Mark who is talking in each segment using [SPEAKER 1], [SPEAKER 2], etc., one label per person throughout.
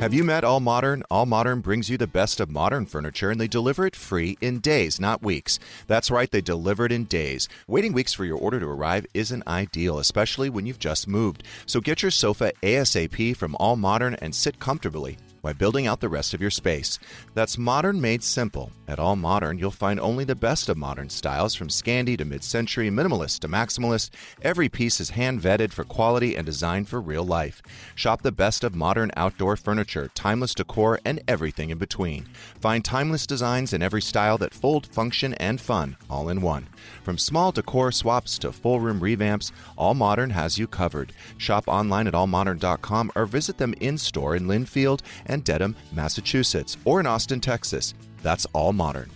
[SPEAKER 1] Have you met All Modern? All Modern brings you the best of modern furniture and they deliver it free in days, not weeks. That's right, they deliver it in days. Waiting weeks for your order to arrive isn't ideal, especially when you've just moved. So get your sofa ASAP from All Modern and sit comfortably while building out the rest of your space. That's modern made simple. At All Modern, you'll find only the best of modern styles from Scandi to mid century, minimalist to maximalist. Every piece is hand vetted for quality and designed for real life. Shop the best of modern outdoor furniture, timeless decor, and everything in between. Find timeless designs in every style that fold, function, and fun all in one. From small decor swaps to full room revamps, All Modern has you covered. Shop online at allmodern.com or visit them in store in Linfield and Dedham, Massachusetts, or in Austin, Texas. That's All Modern.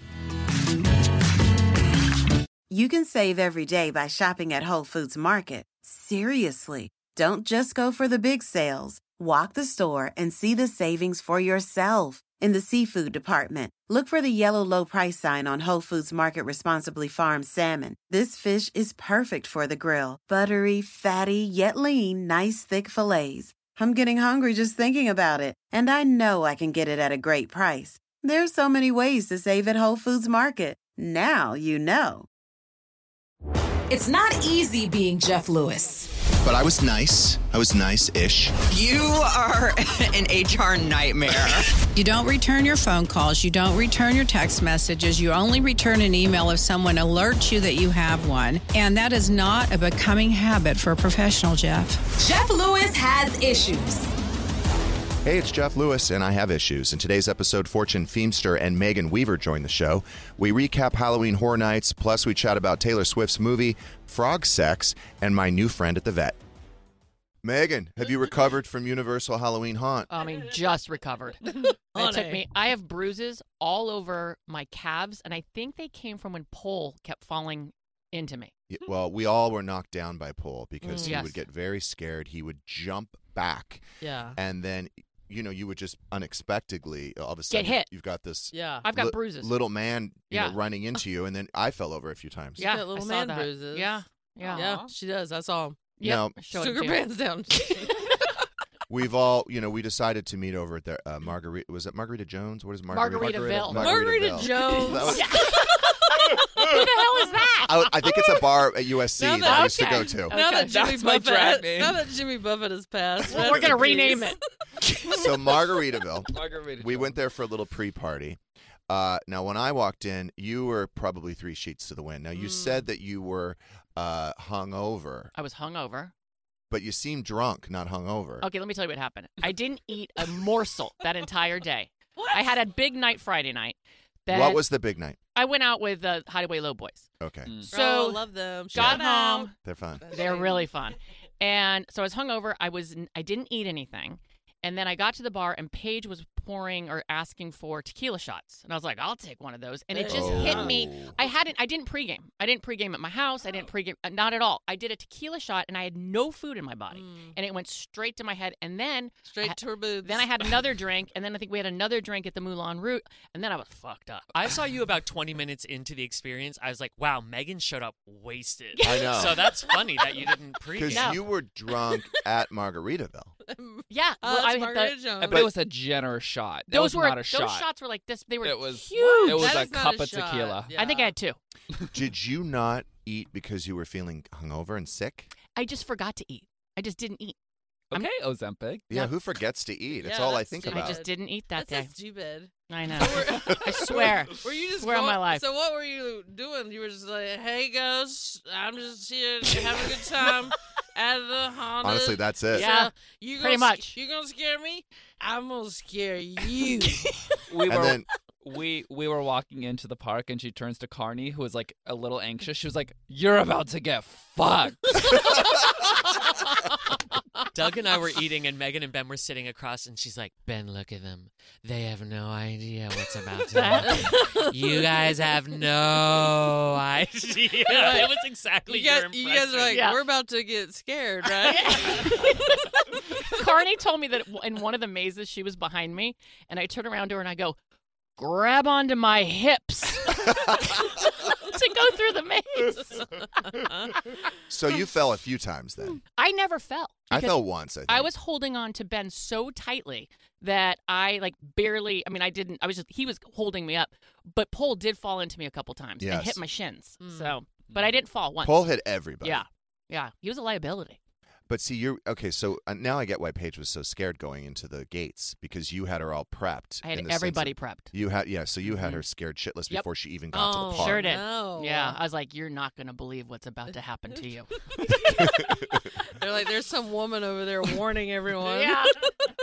[SPEAKER 2] You can save every day by shopping at Whole Foods Market. Seriously, don't just go for the big sales. Walk the store and see the savings for yourself. In the seafood department, look for the yellow low price sign on Whole Foods Market Responsibly Farmed Salmon. This fish is perfect for the grill. Buttery, fatty, yet lean, nice thick fillets. I'm getting hungry just thinking about it, and I know I can get it at a great price. There's so many ways to save at Whole Foods Market. Now you know.
[SPEAKER 3] It's not easy being Jeff Lewis.
[SPEAKER 1] But I was nice. I was nice ish.
[SPEAKER 4] You are an HR nightmare.
[SPEAKER 5] You don't return your phone calls. You don't return your text messages. You only return an email if someone alerts you that you have one. And that is not a becoming habit for a professional, Jeff.
[SPEAKER 3] Jeff Lewis has issues.
[SPEAKER 1] Hey, it's Jeff Lewis, and I have issues. In today's episode, Fortune Feemster and Megan Weaver join the show. We recap Halloween Horror Nights, plus, we chat about Taylor Swift's movie, Frog Sex, and my new friend at the vet. Megan, have you recovered from Universal Halloween Haunt?
[SPEAKER 6] I mean, just recovered. it took me. I have bruises all over my calves, and I think they came from when Pole kept falling into me.
[SPEAKER 1] Y- Well, we all were knocked down by Paul because
[SPEAKER 6] Mm.
[SPEAKER 1] he
[SPEAKER 6] Yes.
[SPEAKER 1] would get very scared. He would jump back,
[SPEAKER 7] Yeah.
[SPEAKER 1] and then, you know, you would just unexpectedly, all of a sudden,
[SPEAKER 6] hit.
[SPEAKER 1] you've got this
[SPEAKER 7] Yeah.
[SPEAKER 6] I've got
[SPEAKER 1] li-
[SPEAKER 6] bruises.
[SPEAKER 1] little man you know,
[SPEAKER 6] Yeah.
[SPEAKER 1] running into you, and then I fell over a few times.
[SPEAKER 6] yeah,
[SPEAKER 7] got little
[SPEAKER 6] I saw
[SPEAKER 7] man
[SPEAKER 6] that.
[SPEAKER 7] bruises.
[SPEAKER 6] Yeah, yeah,
[SPEAKER 7] Yeah,
[SPEAKER 4] Aw.
[SPEAKER 7] she does. I saw him.
[SPEAKER 6] Yep,
[SPEAKER 1] Now-
[SPEAKER 6] show it
[SPEAKER 7] Took her
[SPEAKER 6] to you.
[SPEAKER 7] pants down.
[SPEAKER 1] We've all, you know, we decided to meet over at the uh, Margarita. Was it Margarita Jones? What is Margarita?
[SPEAKER 6] Margaritaville.
[SPEAKER 7] Margarita Jones.
[SPEAKER 1] That was-
[SPEAKER 6] Yeah. Who the hell is that?
[SPEAKER 1] I, I think it's a bar at USC
[SPEAKER 7] Now
[SPEAKER 1] that,
[SPEAKER 7] that-
[SPEAKER 1] I used to
[SPEAKER 6] okay.
[SPEAKER 1] go to.
[SPEAKER 7] now
[SPEAKER 6] Okay.
[SPEAKER 7] that Jimmy
[SPEAKER 4] That's my drag
[SPEAKER 7] Buffett,
[SPEAKER 4] name.
[SPEAKER 7] now that Jimmy Buffett has passed,
[SPEAKER 6] Well, we're gonna rename it.
[SPEAKER 1] So Margaritaville,
[SPEAKER 4] Margarita.
[SPEAKER 1] we went there for a little pre-party. Uh, now, when I walked in, you were probably three sheets to the wind. Now, you
[SPEAKER 7] Mm.
[SPEAKER 6] Hmm.
[SPEAKER 1] said that you were uh, hungover,
[SPEAKER 6] I was hungover.
[SPEAKER 1] but you seemed drunk, not hungover.
[SPEAKER 6] Okay, let me tell you what happened. I didn't eat a morsel that entire day. I had a big night Friday night. That
[SPEAKER 1] What was the big night?
[SPEAKER 6] I went out with the Hideaway Low Boys.
[SPEAKER 1] Okay,
[SPEAKER 4] Mm.
[SPEAKER 7] So oh, I
[SPEAKER 6] So
[SPEAKER 7] love them.
[SPEAKER 6] got
[SPEAKER 7] Shout out.
[SPEAKER 6] home.
[SPEAKER 1] they're fun.
[SPEAKER 6] They're really fun. And so I was hungover. I was I didn't eat anything. And then I got to the bar and Paige was pouring or asking for tequila shots. And I was like, I'll take one of those. And it just hit me.
[SPEAKER 1] Oh.
[SPEAKER 6] I hadn't I didn't pregame. I didn't pregame at my house. I didn't pregame uh, not at all. I did a tequila shot and I had no food in my body. And it went straight to my head. And then
[SPEAKER 7] Straight to her boobs.
[SPEAKER 6] then I had another drink and then I think we had another drink at the Moulin Rouge and then I was fucked up.
[SPEAKER 8] I saw you about 20 minutes into the experience. I was like, wow, Megan showed up wasted.
[SPEAKER 1] I know.
[SPEAKER 8] So that's funny that you didn't pre
[SPEAKER 1] Because you were drunk at Margaritaville.
[SPEAKER 6] Yeah.
[SPEAKER 7] Oh,
[SPEAKER 6] well,
[SPEAKER 7] that's
[SPEAKER 6] I had the-
[SPEAKER 7] Margarita Jones.
[SPEAKER 9] I bet it was a generous shot. That
[SPEAKER 6] those
[SPEAKER 9] was
[SPEAKER 6] were
[SPEAKER 9] not a
[SPEAKER 6] those
[SPEAKER 9] shot.
[SPEAKER 6] shots were like this. They were
[SPEAKER 9] it was
[SPEAKER 6] huge.
[SPEAKER 9] It was
[SPEAKER 7] That
[SPEAKER 9] a
[SPEAKER 7] is not
[SPEAKER 9] cup
[SPEAKER 7] a
[SPEAKER 9] of
[SPEAKER 7] shot.
[SPEAKER 9] tequila.
[SPEAKER 6] I think I
[SPEAKER 7] Yeah.
[SPEAKER 6] had two.
[SPEAKER 1] Did you not eat because you were feeling hungover and sick?
[SPEAKER 6] I just forgot to eat. I just didn't eat. I'm-
[SPEAKER 9] Okay, Ozempic.
[SPEAKER 1] Yeah,
[SPEAKER 6] Yeah.
[SPEAKER 1] who forgets to eat? It's
[SPEAKER 7] Yeah,
[SPEAKER 1] all I
[SPEAKER 7] that's
[SPEAKER 1] think
[SPEAKER 7] true.
[SPEAKER 1] about.
[SPEAKER 6] I just didn't eat that
[SPEAKER 7] That's
[SPEAKER 6] day.
[SPEAKER 7] so stupid.
[SPEAKER 6] I know.
[SPEAKER 7] were-
[SPEAKER 6] I swear.
[SPEAKER 7] Were you just
[SPEAKER 6] Swear on
[SPEAKER 7] going,
[SPEAKER 6] my life.
[SPEAKER 7] So what were you doing? You were just like, "Hey guys, I'm just here having a good time at the Honda."
[SPEAKER 1] Honestly, that's it.
[SPEAKER 6] Yeah.
[SPEAKER 7] you
[SPEAKER 6] pretty
[SPEAKER 7] gonna,
[SPEAKER 6] much.
[SPEAKER 7] You gonna scare me? I'm gonna scare you.
[SPEAKER 9] We
[SPEAKER 1] And
[SPEAKER 9] were
[SPEAKER 1] then
[SPEAKER 9] we we were walking into the park, and she turns to Carney, who was like a little anxious. She was like, "You're about to get fucked."
[SPEAKER 8] Doug and I were eating, and Megan and Ben were sitting across, and she's like, Ben, look at them. They have no idea what's about to happen. you guys have no idea. It was exactly
[SPEAKER 7] you, guys,
[SPEAKER 8] your
[SPEAKER 7] you guys are like,
[SPEAKER 8] impression.
[SPEAKER 6] Yeah.
[SPEAKER 7] we're about to get scared, right?
[SPEAKER 6] Carney told me that in one of the mazes she was behind me, and I turn around to her and I go, "Grab onto my hips." to go through the maze.
[SPEAKER 1] So you fell a few times then.
[SPEAKER 6] I never fell.
[SPEAKER 1] I
[SPEAKER 6] because
[SPEAKER 1] fell once. I, think.
[SPEAKER 6] I was holding on to Ben so tightly that I like barely. I mean, I didn't. I was just he was holding me up, but Pole did fall into me a couple times and
[SPEAKER 1] Yes.
[SPEAKER 6] hit my shins. So, but I didn't fall once.
[SPEAKER 1] Paul hit everybody.
[SPEAKER 6] yeah, yeah, he was a liability.
[SPEAKER 1] But see, you're okay. So uh, now I get why Paige was so scared going into the gates because you had her all prepped.
[SPEAKER 6] I had
[SPEAKER 1] in the sense
[SPEAKER 6] everybody
[SPEAKER 1] that-
[SPEAKER 6] prepped. Mm-hmm.
[SPEAKER 1] You had yeah. So you had her scared shitless
[SPEAKER 6] Yep.
[SPEAKER 1] before she even got to the
[SPEAKER 6] Oh,
[SPEAKER 1] park.
[SPEAKER 6] Sure did.
[SPEAKER 3] no.
[SPEAKER 6] Yeah, I was like, you're not gonna believe what's about to happen to you.
[SPEAKER 3] They're like, there's some woman over there warning everyone.
[SPEAKER 6] yeah.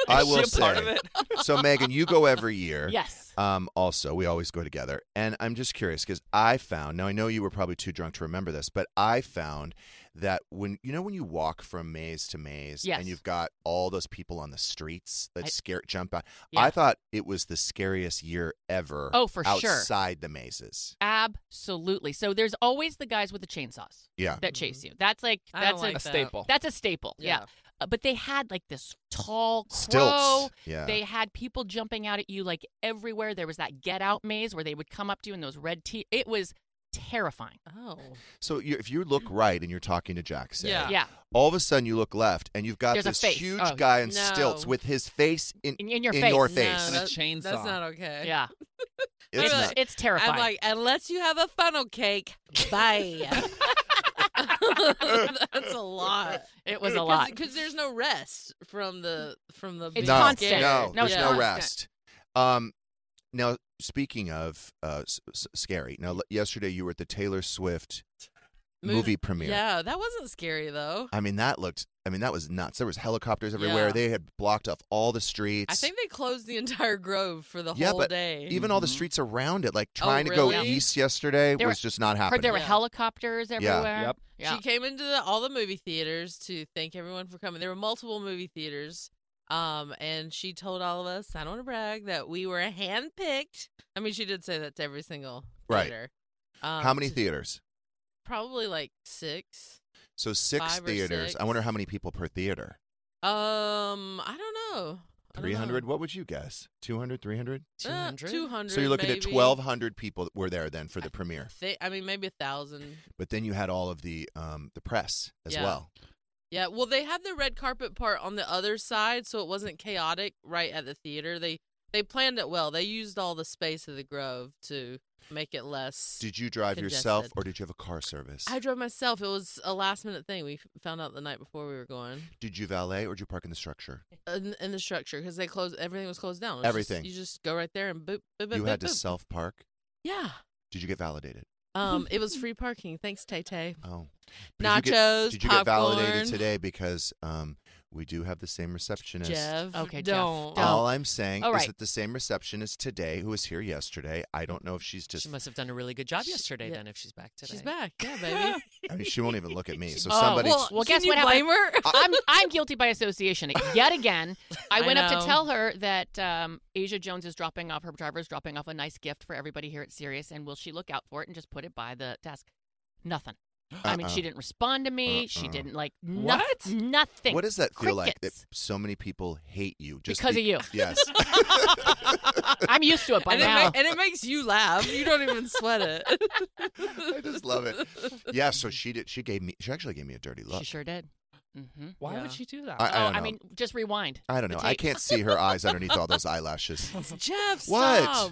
[SPEAKER 1] I
[SPEAKER 9] Is she
[SPEAKER 1] will
[SPEAKER 9] a
[SPEAKER 1] say.
[SPEAKER 9] part of it?
[SPEAKER 1] So Megan, you go every year.
[SPEAKER 6] Yes.
[SPEAKER 1] Um, also, we always go together. And I'm just curious because I found, now I know you were probably too drunk to remember this, but I found that when, you know, when you walk from maze to maze
[SPEAKER 6] Yes.
[SPEAKER 1] and you've got all those people on the streets that
[SPEAKER 6] I-
[SPEAKER 1] scare, jump out,
[SPEAKER 6] Yeah.
[SPEAKER 1] I thought it was the scariest year ever.
[SPEAKER 6] Oh, for sure.
[SPEAKER 1] Outside the mazes.
[SPEAKER 6] Absolutely. So there's always the guys with the chainsaws
[SPEAKER 1] Yeah.
[SPEAKER 6] that chase you. That's like
[SPEAKER 3] Mm-hmm. I
[SPEAKER 6] that's
[SPEAKER 3] don't
[SPEAKER 6] a
[SPEAKER 3] like
[SPEAKER 9] a staple.
[SPEAKER 6] that's a staple. Yeah.
[SPEAKER 3] Yeah.
[SPEAKER 6] Uh, but they had like this tall crow.
[SPEAKER 1] Stilts. Yeah.
[SPEAKER 6] They had people jumping out at you like everywhere. There was that get out maze where they would come up to you in those red tee. It was terrifying.
[SPEAKER 3] Oh.
[SPEAKER 1] so you, if you look right and you're talking to Jack, say,
[SPEAKER 6] Yeah.
[SPEAKER 7] Yeah.
[SPEAKER 1] all of a sudden you look left and you've got
[SPEAKER 6] There's a
[SPEAKER 1] this
[SPEAKER 6] face.
[SPEAKER 1] huge
[SPEAKER 6] Oh,
[SPEAKER 1] guy in
[SPEAKER 3] no.
[SPEAKER 1] stilts with his face in,
[SPEAKER 6] In, in your
[SPEAKER 1] in
[SPEAKER 6] face.
[SPEAKER 1] your
[SPEAKER 3] No,
[SPEAKER 1] face.
[SPEAKER 9] And a
[SPEAKER 3] that-
[SPEAKER 9] chainsaw.
[SPEAKER 3] That's not okay.
[SPEAKER 6] Yeah.
[SPEAKER 1] It's
[SPEAKER 6] it's,
[SPEAKER 1] not-
[SPEAKER 6] it's terrifying.
[SPEAKER 3] I'm like, unless you have a funnel cake, bye. That's a lot.
[SPEAKER 6] it was a lot.
[SPEAKER 3] because there's no rest from the from the. being
[SPEAKER 6] It's
[SPEAKER 1] no,
[SPEAKER 6] constant.
[SPEAKER 3] scared.
[SPEAKER 1] No,
[SPEAKER 6] No,
[SPEAKER 1] there's
[SPEAKER 6] it's
[SPEAKER 1] no
[SPEAKER 6] constant.
[SPEAKER 1] rest. Um, now speaking of uh, s- s- scary, now l- yesterday you were at the Taylor Swift movie, premiere.
[SPEAKER 3] Yeah, that wasn't scary though.
[SPEAKER 1] I mean that looked. I mean that was nuts. There was helicopters everywhere.
[SPEAKER 3] Yeah.
[SPEAKER 1] They had blocked off all the streets.
[SPEAKER 3] I think they closed the entire grove for the
[SPEAKER 1] Yeah,
[SPEAKER 3] whole
[SPEAKER 1] but
[SPEAKER 3] day.
[SPEAKER 1] even all the
[SPEAKER 6] Mm-hmm.
[SPEAKER 1] streets around it, like
[SPEAKER 3] Oh,
[SPEAKER 1] trying to go
[SPEAKER 3] really?
[SPEAKER 1] east yesterday,
[SPEAKER 6] There
[SPEAKER 1] was
[SPEAKER 6] were-
[SPEAKER 1] just not happening.
[SPEAKER 6] Heard there were
[SPEAKER 3] Yeah.
[SPEAKER 6] helicopters everywhere.
[SPEAKER 9] Yep.
[SPEAKER 6] Yeah.
[SPEAKER 3] She came into the, all the movie theaters to thank everyone for coming. There were multiple movie theaters. Um, and she told all of us, I don't want to brag, that we were handpicked. I mean, she did say that to every single
[SPEAKER 1] Right.
[SPEAKER 3] theater. Um,
[SPEAKER 1] How many
[SPEAKER 3] to-
[SPEAKER 1] theaters?
[SPEAKER 3] Probably like six.
[SPEAKER 1] So six
[SPEAKER 3] Five or
[SPEAKER 1] theaters. I
[SPEAKER 3] six.
[SPEAKER 1] wonder how many people per theater.
[SPEAKER 3] Um, I don't know. I don't know.
[SPEAKER 1] Three hundred. What would you guess? 200, 300?
[SPEAKER 3] Uh,
[SPEAKER 8] 200?
[SPEAKER 3] 200.
[SPEAKER 1] So you're looking at
[SPEAKER 3] maybe.
[SPEAKER 1] twelve hundred people were there then for the premiere.
[SPEAKER 3] Thi- I mean, maybe a thousand.
[SPEAKER 1] But then you had all of the um, the press as
[SPEAKER 3] Yeah.
[SPEAKER 1] well.
[SPEAKER 3] Yeah, well, they had the red carpet part on the other side, so it wasn't chaotic right at the theater. They they planned it well. They used all the space of the Grove to make it less.
[SPEAKER 1] Did you drive yourself
[SPEAKER 3] Congested.
[SPEAKER 1] or did you have a car service?
[SPEAKER 3] I drove myself. It was a last minute thing. We f- found out the night before we were going
[SPEAKER 1] did you valet or did you park in the structure?
[SPEAKER 3] in, in the structure because they closed. Everything was closed down. It was
[SPEAKER 1] Everything.
[SPEAKER 3] Just, you just go right there and boop. boop, boop
[SPEAKER 1] you had to
[SPEAKER 3] boop, boop.
[SPEAKER 1] self park.
[SPEAKER 3] Yeah.
[SPEAKER 1] Did you get validated?
[SPEAKER 3] Um, it was free parking. Thanks, Tay Tay.
[SPEAKER 1] Oh, But Did you get,
[SPEAKER 3] Nachos,
[SPEAKER 1] did you get
[SPEAKER 3] popcorn.
[SPEAKER 1] validated today? Because um, we do have the same receptionist.
[SPEAKER 3] Jeff.
[SPEAKER 6] Okay, Jeff.
[SPEAKER 3] Don't.
[SPEAKER 6] Don't.
[SPEAKER 1] All I'm saying
[SPEAKER 6] All
[SPEAKER 1] is
[SPEAKER 6] right.
[SPEAKER 1] that the same receptionist today, who was here yesterday, I don't know if she's just.
[SPEAKER 8] she must have done a really good job
[SPEAKER 3] She-
[SPEAKER 8] yesterday
[SPEAKER 3] yeah.
[SPEAKER 8] then if she's back today.
[SPEAKER 3] She's back. Yeah, baby.
[SPEAKER 1] I mean, she won't even look at me. So
[SPEAKER 6] Oh,
[SPEAKER 1] somebody.
[SPEAKER 6] well, well,
[SPEAKER 3] Can
[SPEAKER 6] guess
[SPEAKER 3] you
[SPEAKER 6] what happened?
[SPEAKER 3] blame her?
[SPEAKER 6] I'm I'm guilty by association yet again. I
[SPEAKER 3] I
[SPEAKER 6] went up to
[SPEAKER 3] know.
[SPEAKER 6] tell her that um, Asia Jones is dropping off her driver is dropping off a nice gift for everybody here at Sirius, and will she look out for it and just put it by the desk? Nothing. I mean,
[SPEAKER 1] Uh-uh.
[SPEAKER 6] she didn't respond to me. She
[SPEAKER 1] Uh-uh.
[SPEAKER 6] didn't like no-
[SPEAKER 9] What?
[SPEAKER 6] Nothing.
[SPEAKER 1] What does that feel like? That
[SPEAKER 6] Crickets.
[SPEAKER 1] so many people hate you just
[SPEAKER 6] Because
[SPEAKER 1] be-
[SPEAKER 6] of
[SPEAKER 1] Yes.
[SPEAKER 6] I'm used to it by
[SPEAKER 3] and, it
[SPEAKER 6] now.
[SPEAKER 3] ma- and it makes you laugh. You don't even sweat it.
[SPEAKER 1] I just love it. Yeah. So she did. She gave me. She actually gave me a dirty look.
[SPEAKER 6] she sure did. Mm-hmm.
[SPEAKER 9] Why
[SPEAKER 3] Yeah.
[SPEAKER 9] would she do that?
[SPEAKER 1] I, I
[SPEAKER 6] oh,
[SPEAKER 1] don't know.
[SPEAKER 6] I mean, just rewind.
[SPEAKER 1] I don't
[SPEAKER 6] the
[SPEAKER 1] know. I
[SPEAKER 6] tape.
[SPEAKER 1] can't see her eyes underneath all those eyelashes.
[SPEAKER 3] Jeff,
[SPEAKER 1] What?
[SPEAKER 3] stop.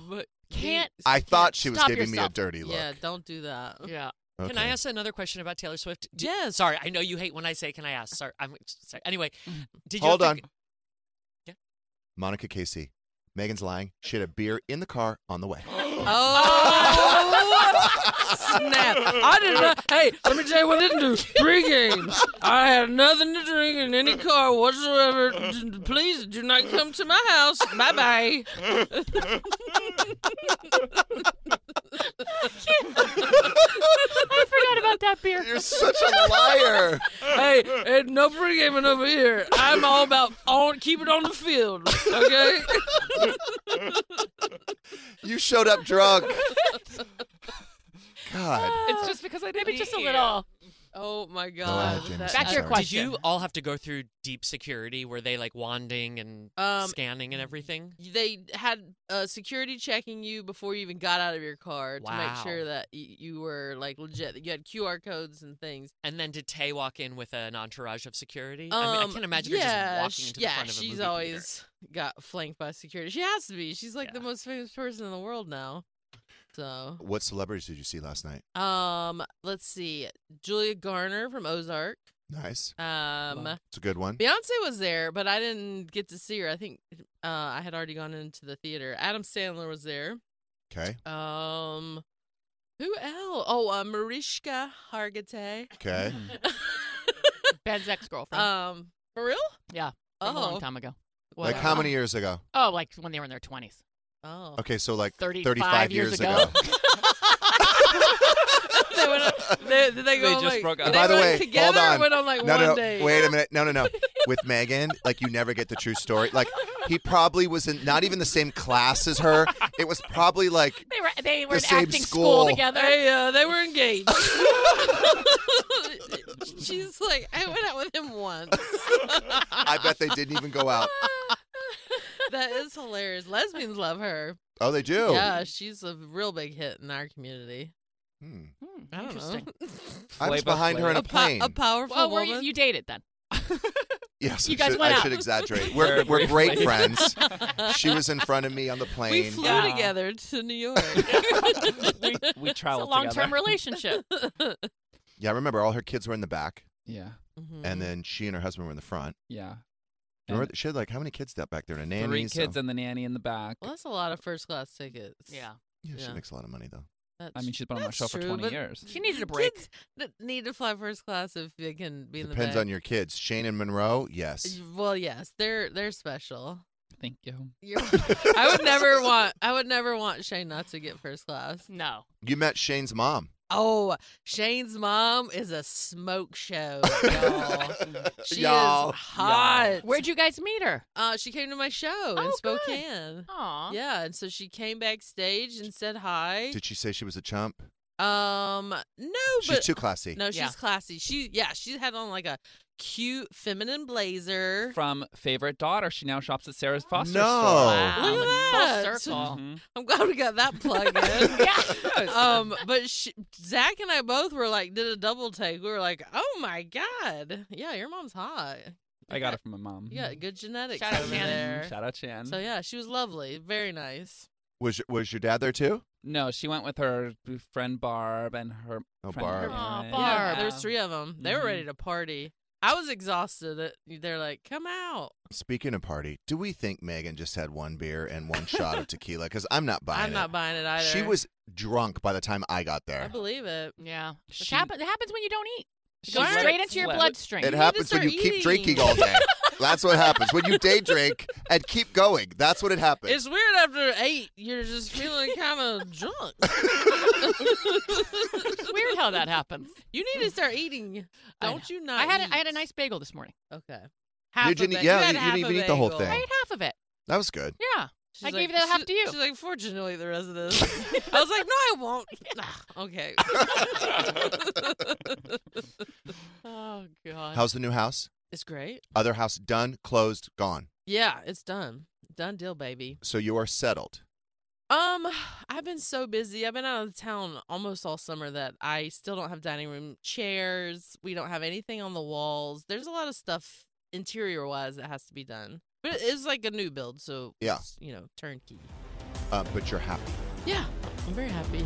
[SPEAKER 6] Can't-
[SPEAKER 3] You-
[SPEAKER 1] I
[SPEAKER 3] you
[SPEAKER 1] thought she was
[SPEAKER 6] Stop
[SPEAKER 1] giving me a
[SPEAKER 6] yourself.
[SPEAKER 1] dirty
[SPEAKER 3] can't-
[SPEAKER 1] look.
[SPEAKER 3] Yeah, don't do that.
[SPEAKER 6] Yeah.
[SPEAKER 8] Can I ask another question about Taylor Swift? Did-
[SPEAKER 3] Yes.
[SPEAKER 8] Sorry, I know you hate when I say can I ask. Sorry. I'm sorry. Anyway, did you
[SPEAKER 1] Hold
[SPEAKER 8] have
[SPEAKER 1] on.
[SPEAKER 8] to-
[SPEAKER 1] Monica Casey. Megan's lying. She had a beer in the car on the way.
[SPEAKER 3] Oh,
[SPEAKER 7] Snap. I didn't. know- Hey, let me tell you what I didn't do. Three games. I had nothing to drink in any car whatsoever. D- Please do not come to my house. Bye bye.
[SPEAKER 6] I forgot about that beer.
[SPEAKER 1] You're such a liar.
[SPEAKER 7] Hey, and no pre-gaming over here. I'm all about on keep it on the field. Okay.
[SPEAKER 1] You showed up drunk. God.
[SPEAKER 6] It's Oh, just because I didn't. Maybe just a little.
[SPEAKER 3] Oh my
[SPEAKER 1] Delilah
[SPEAKER 3] God.
[SPEAKER 1] James
[SPEAKER 3] that-
[SPEAKER 6] Back to your
[SPEAKER 1] Sorry.
[SPEAKER 8] Did
[SPEAKER 6] question.
[SPEAKER 8] you all have to go through deep security? Were they like wanding and
[SPEAKER 3] Um,
[SPEAKER 8] scanning and everything?
[SPEAKER 3] they had uh, security checking you before you even got out of your car to make
[SPEAKER 8] Wow.
[SPEAKER 3] sure that y- you were like legit. that You had QR codes and things.
[SPEAKER 8] And then did Tay walk in with an entourage of security? I mean, I
[SPEAKER 3] Um,
[SPEAKER 8] can't imagine
[SPEAKER 3] yeah,
[SPEAKER 8] her just walking
[SPEAKER 3] sh-
[SPEAKER 8] into
[SPEAKER 3] yeah,
[SPEAKER 8] the front of a
[SPEAKER 3] she's
[SPEAKER 8] movie theater.
[SPEAKER 3] always got flanked by security. She has to be. She's like the
[SPEAKER 8] Yeah.
[SPEAKER 3] most famous person in the world now. So,
[SPEAKER 1] What celebrities did you see last night?
[SPEAKER 3] um, let's see. Julia Garner from Ozark.
[SPEAKER 1] Nice.
[SPEAKER 3] Um,
[SPEAKER 9] Wow.
[SPEAKER 1] It's a good one.
[SPEAKER 3] Beyonce was there, but I didn't get to see her. I think uh, I had already gone into the theater. Adam Sandler was there.
[SPEAKER 1] Okay.
[SPEAKER 3] Um, who else? Oh, uh, Mariska Hargitay.
[SPEAKER 9] Hmm.
[SPEAKER 1] Okay.
[SPEAKER 6] Ben's ex girlfriend
[SPEAKER 3] um, for real?
[SPEAKER 6] Yeah,
[SPEAKER 3] Oh.
[SPEAKER 6] from a long time ago.
[SPEAKER 1] Like how many years ago?
[SPEAKER 6] Oh, like when they were in their twenties.
[SPEAKER 3] Oh.
[SPEAKER 1] Okay, so like
[SPEAKER 6] 35
[SPEAKER 1] 35
[SPEAKER 6] years
[SPEAKER 1] years
[SPEAKER 6] ago.
[SPEAKER 1] ago.
[SPEAKER 3] they went on, they, did they
[SPEAKER 9] They
[SPEAKER 3] go
[SPEAKER 9] just
[SPEAKER 3] like,
[SPEAKER 9] broke up.
[SPEAKER 3] they
[SPEAKER 1] By the
[SPEAKER 3] went
[SPEAKER 1] way, hold
[SPEAKER 3] together or
[SPEAKER 1] on.
[SPEAKER 3] Went on like
[SPEAKER 1] No,
[SPEAKER 3] one
[SPEAKER 1] no,
[SPEAKER 3] day.
[SPEAKER 1] no. Wait a minute. No, no, no. With Megan, like you never get the true story. Like he probably was in not even the same class as her. It was probably like
[SPEAKER 6] They were they were
[SPEAKER 1] The
[SPEAKER 6] in
[SPEAKER 1] same
[SPEAKER 6] acting
[SPEAKER 1] school.
[SPEAKER 6] school together.
[SPEAKER 3] They, uh, they were engaged. She's like, I went out with him once.
[SPEAKER 1] I bet they didn't even go out.
[SPEAKER 3] that is hilarious. Lesbians love her.
[SPEAKER 1] Oh, they do.
[SPEAKER 3] Yeah, she's a real big hit in our community.
[SPEAKER 1] Hmm.
[SPEAKER 6] Hmm,
[SPEAKER 3] I don't
[SPEAKER 6] interesting.
[SPEAKER 3] know.
[SPEAKER 1] I was
[SPEAKER 9] Flava
[SPEAKER 1] behind her in a
[SPEAKER 3] a, po-
[SPEAKER 1] plane.
[SPEAKER 3] a powerful
[SPEAKER 6] Well, were
[SPEAKER 3] woman.
[SPEAKER 6] you, you dated then?
[SPEAKER 1] yes,
[SPEAKER 6] you
[SPEAKER 1] I
[SPEAKER 6] guys
[SPEAKER 1] should,
[SPEAKER 6] went
[SPEAKER 1] I
[SPEAKER 6] out.
[SPEAKER 1] should exaggerate. We're,
[SPEAKER 9] Very
[SPEAKER 1] we're great
[SPEAKER 9] briefly.
[SPEAKER 1] friends. She was in front of me on the plane.
[SPEAKER 3] we flew
[SPEAKER 6] Yeah.
[SPEAKER 3] together to New York.
[SPEAKER 9] we, we
[SPEAKER 6] It's a
[SPEAKER 9] traveled
[SPEAKER 6] long term
[SPEAKER 9] together.
[SPEAKER 6] relationship.
[SPEAKER 1] Yeah, I remember all her kids were in the back,
[SPEAKER 9] Yeah,
[SPEAKER 3] Mm-hmm.
[SPEAKER 1] and then she and her husband were in the front.
[SPEAKER 9] yeah.
[SPEAKER 1] Do you remember
[SPEAKER 9] And
[SPEAKER 1] that- she had like how many kids that back there? And a nanny.
[SPEAKER 9] Three
[SPEAKER 1] so-
[SPEAKER 9] kids and the nanny in the back.
[SPEAKER 3] well, that's a lot of first class tickets.
[SPEAKER 6] yeah.
[SPEAKER 1] yeah, she
[SPEAKER 3] yeah.
[SPEAKER 1] makes a lot of money though.
[SPEAKER 3] That's,
[SPEAKER 9] I mean, she's been on my
[SPEAKER 3] that's
[SPEAKER 9] show for
[SPEAKER 3] true,
[SPEAKER 9] 20
[SPEAKER 3] but
[SPEAKER 9] years.
[SPEAKER 6] She needed a break.
[SPEAKER 3] Kids that need to fly first class if they can be in the
[SPEAKER 1] Depends on your kids. Shane and Monroe, yes.
[SPEAKER 3] Well, yes, they're they're special.
[SPEAKER 9] Thank you.
[SPEAKER 3] You're, I would never want I would never want Shane not to get first class.
[SPEAKER 6] No.
[SPEAKER 1] You met Shane's mom.
[SPEAKER 3] Oh, Shane's mom is a smoke show. Y'all. She
[SPEAKER 1] Y'all.
[SPEAKER 3] is hot.
[SPEAKER 6] Where'd you guys meet her?
[SPEAKER 3] Uh, she came to my show in
[SPEAKER 6] Oh, good.
[SPEAKER 3] Spokane.
[SPEAKER 6] Aw.
[SPEAKER 3] Yeah, and so she came backstage and said hi.
[SPEAKER 1] Did she say she was a chump?
[SPEAKER 3] Um, no,
[SPEAKER 1] She's
[SPEAKER 3] but
[SPEAKER 1] too classy.
[SPEAKER 3] no, she's
[SPEAKER 6] Yeah.
[SPEAKER 3] classy. She yeah, she had on like a cute feminine blazer.
[SPEAKER 9] From favorite daughter, she now shops at Sarah's Foster
[SPEAKER 1] No.
[SPEAKER 6] Wow.
[SPEAKER 3] Look at
[SPEAKER 6] Full
[SPEAKER 3] that.
[SPEAKER 9] store.
[SPEAKER 6] circle.
[SPEAKER 9] Mhm.
[SPEAKER 3] I'm glad we got that plug in.
[SPEAKER 9] Yes.
[SPEAKER 3] Um, but she, Zach and I both were like, did a double take. We were like, oh my god, yeah, your mom's hot.
[SPEAKER 9] I got it from my mom.
[SPEAKER 3] You got good genetics
[SPEAKER 6] Shout out
[SPEAKER 3] over
[SPEAKER 6] Shannon.
[SPEAKER 3] there.
[SPEAKER 9] Shout out Chan.
[SPEAKER 3] So yeah, she was lovely, very nice.
[SPEAKER 1] Was your- was your dad there too?
[SPEAKER 9] No, she went with her friend Barb and her
[SPEAKER 1] Oh,
[SPEAKER 9] friend
[SPEAKER 1] Barb.
[SPEAKER 6] Aw,
[SPEAKER 9] Erin.
[SPEAKER 6] Barb.
[SPEAKER 3] Yeah, there's three of them. They were
[SPEAKER 9] Mhm.
[SPEAKER 3] ready to party. I was exhausted. They're like, come out.
[SPEAKER 1] Speaking of party, do we think Megan just had one beer and one shot of tequila? Because I'm not buying
[SPEAKER 3] I'm
[SPEAKER 1] it.
[SPEAKER 3] not buying it either.
[SPEAKER 1] She was drunk by the time I got
[SPEAKER 3] I
[SPEAKER 1] there.
[SPEAKER 3] believe it.
[SPEAKER 6] Yeah. It
[SPEAKER 9] She-
[SPEAKER 6] happens, it happens when you don't eat. It
[SPEAKER 9] She
[SPEAKER 6] goes
[SPEAKER 9] slept-
[SPEAKER 6] straight into your
[SPEAKER 9] slept-
[SPEAKER 6] bloodstream.
[SPEAKER 1] It
[SPEAKER 3] to
[SPEAKER 1] happens when you
[SPEAKER 3] start
[SPEAKER 1] keep
[SPEAKER 3] eating.
[SPEAKER 1] drinking all day. That's what happens when you day drink and keep going. That's what it happens.
[SPEAKER 3] It's weird after eight. You're just feeling kind of drunk.
[SPEAKER 6] It's weird how that happens.
[SPEAKER 3] You need to start eating.
[SPEAKER 6] I
[SPEAKER 3] Don't you not?
[SPEAKER 6] I had a, I
[SPEAKER 3] eat?
[SPEAKER 6] had a nice bagel this morning.
[SPEAKER 3] Okay.
[SPEAKER 1] Did you
[SPEAKER 3] a
[SPEAKER 1] need-
[SPEAKER 3] ba-
[SPEAKER 1] yeah, you
[SPEAKER 3] had
[SPEAKER 1] didn't
[SPEAKER 3] half
[SPEAKER 1] even
[SPEAKER 3] a
[SPEAKER 1] eat the whole
[SPEAKER 3] bagel.
[SPEAKER 1] thing.
[SPEAKER 6] I ate half of it.
[SPEAKER 1] that was good.
[SPEAKER 6] Yeah.
[SPEAKER 3] She's
[SPEAKER 6] I gave the half
[SPEAKER 3] she-
[SPEAKER 6] to you.
[SPEAKER 3] She's like, fortunately, the rest of this. I was like, no, I won't. Ah, okay.
[SPEAKER 6] Oh god.
[SPEAKER 1] How's the new house?
[SPEAKER 3] it's great.
[SPEAKER 1] Other house done, closed, gone.
[SPEAKER 3] Yeah, it's done. Done deal, baby.
[SPEAKER 1] So you are settled.
[SPEAKER 3] Um, I've been so busy. I've been out of town almost all summer that I still don't have dining room chairs. We don't have anything on the walls. There's a lot of stuff interior wise that has to be done. But it is like a new build, so
[SPEAKER 1] Yeah.
[SPEAKER 3] it's, you know, turnkey.
[SPEAKER 1] Uh, but you're happy.
[SPEAKER 3] Yeah, I'm very happy.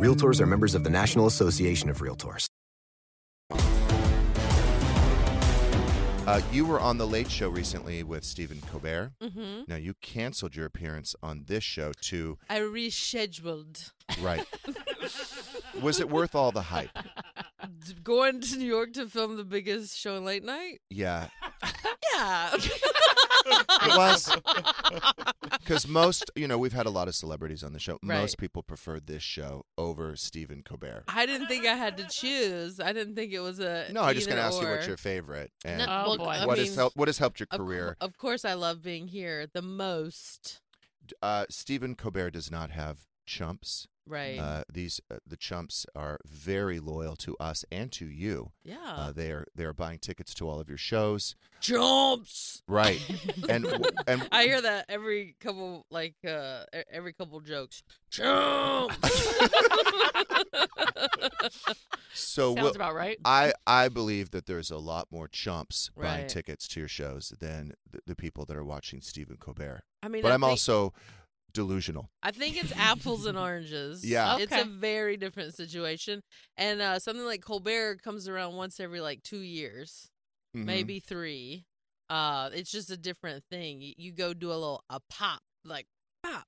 [SPEAKER 10] Realtors are members of the National Association of Realtors.
[SPEAKER 1] Uh, you were on The Late Show recently with Stephen Colbert.
[SPEAKER 3] Mhm.
[SPEAKER 1] Now, you canceled your appearance on this show to
[SPEAKER 3] I rescheduled.
[SPEAKER 1] Right. Was it worth all the hype?
[SPEAKER 3] D- Going to New York to film the biggest show in late night?
[SPEAKER 1] Yeah.
[SPEAKER 3] Yeah.
[SPEAKER 1] It was. Because most, you know, we've had a lot of celebrities on the show.
[SPEAKER 3] Right.
[SPEAKER 1] Most people preferred this show over Stephen Colbert.
[SPEAKER 3] I didn't think I had to choose. I didn't think it was a.
[SPEAKER 1] No, I'm just
[SPEAKER 3] going
[SPEAKER 1] gonna
[SPEAKER 3] to
[SPEAKER 1] ask you what's your favorite and
[SPEAKER 3] No, well, I
[SPEAKER 1] what
[SPEAKER 3] mean,
[SPEAKER 1] has helped what has helped your
[SPEAKER 3] of cou-
[SPEAKER 1] career.
[SPEAKER 3] Of course, I love being here the most.
[SPEAKER 1] Uh, Stephen Colbert does not have chumps.
[SPEAKER 3] Right.
[SPEAKER 1] Uh, these uh, the chumps are very loyal to us and to you.
[SPEAKER 3] Yeah.
[SPEAKER 1] Uh, they are they are buying tickets to all of your shows.
[SPEAKER 3] Chumps.
[SPEAKER 1] Right. and w- and
[SPEAKER 3] I hear that every couple, like uh, e- every couple jokes. Chumps.
[SPEAKER 1] So
[SPEAKER 6] Sounds
[SPEAKER 1] Will-
[SPEAKER 6] about right.
[SPEAKER 1] I I believe that there's a lot more chumps buying
[SPEAKER 3] Right.
[SPEAKER 1] tickets to your shows than the, the people that are watching Stephen Colbert.
[SPEAKER 3] I mean,
[SPEAKER 1] but
[SPEAKER 3] I
[SPEAKER 1] am
[SPEAKER 3] think-
[SPEAKER 1] also delusional.
[SPEAKER 3] I think it's apples and oranges.
[SPEAKER 1] Yeah.
[SPEAKER 3] It's a very different situation. And uh, something like Colbert comes around once every like two years,
[SPEAKER 1] Mm-hmm.
[SPEAKER 6] Mhm.
[SPEAKER 3] maybe three. Uh, it's just a different thing. You, you go do a little a pop, like pop,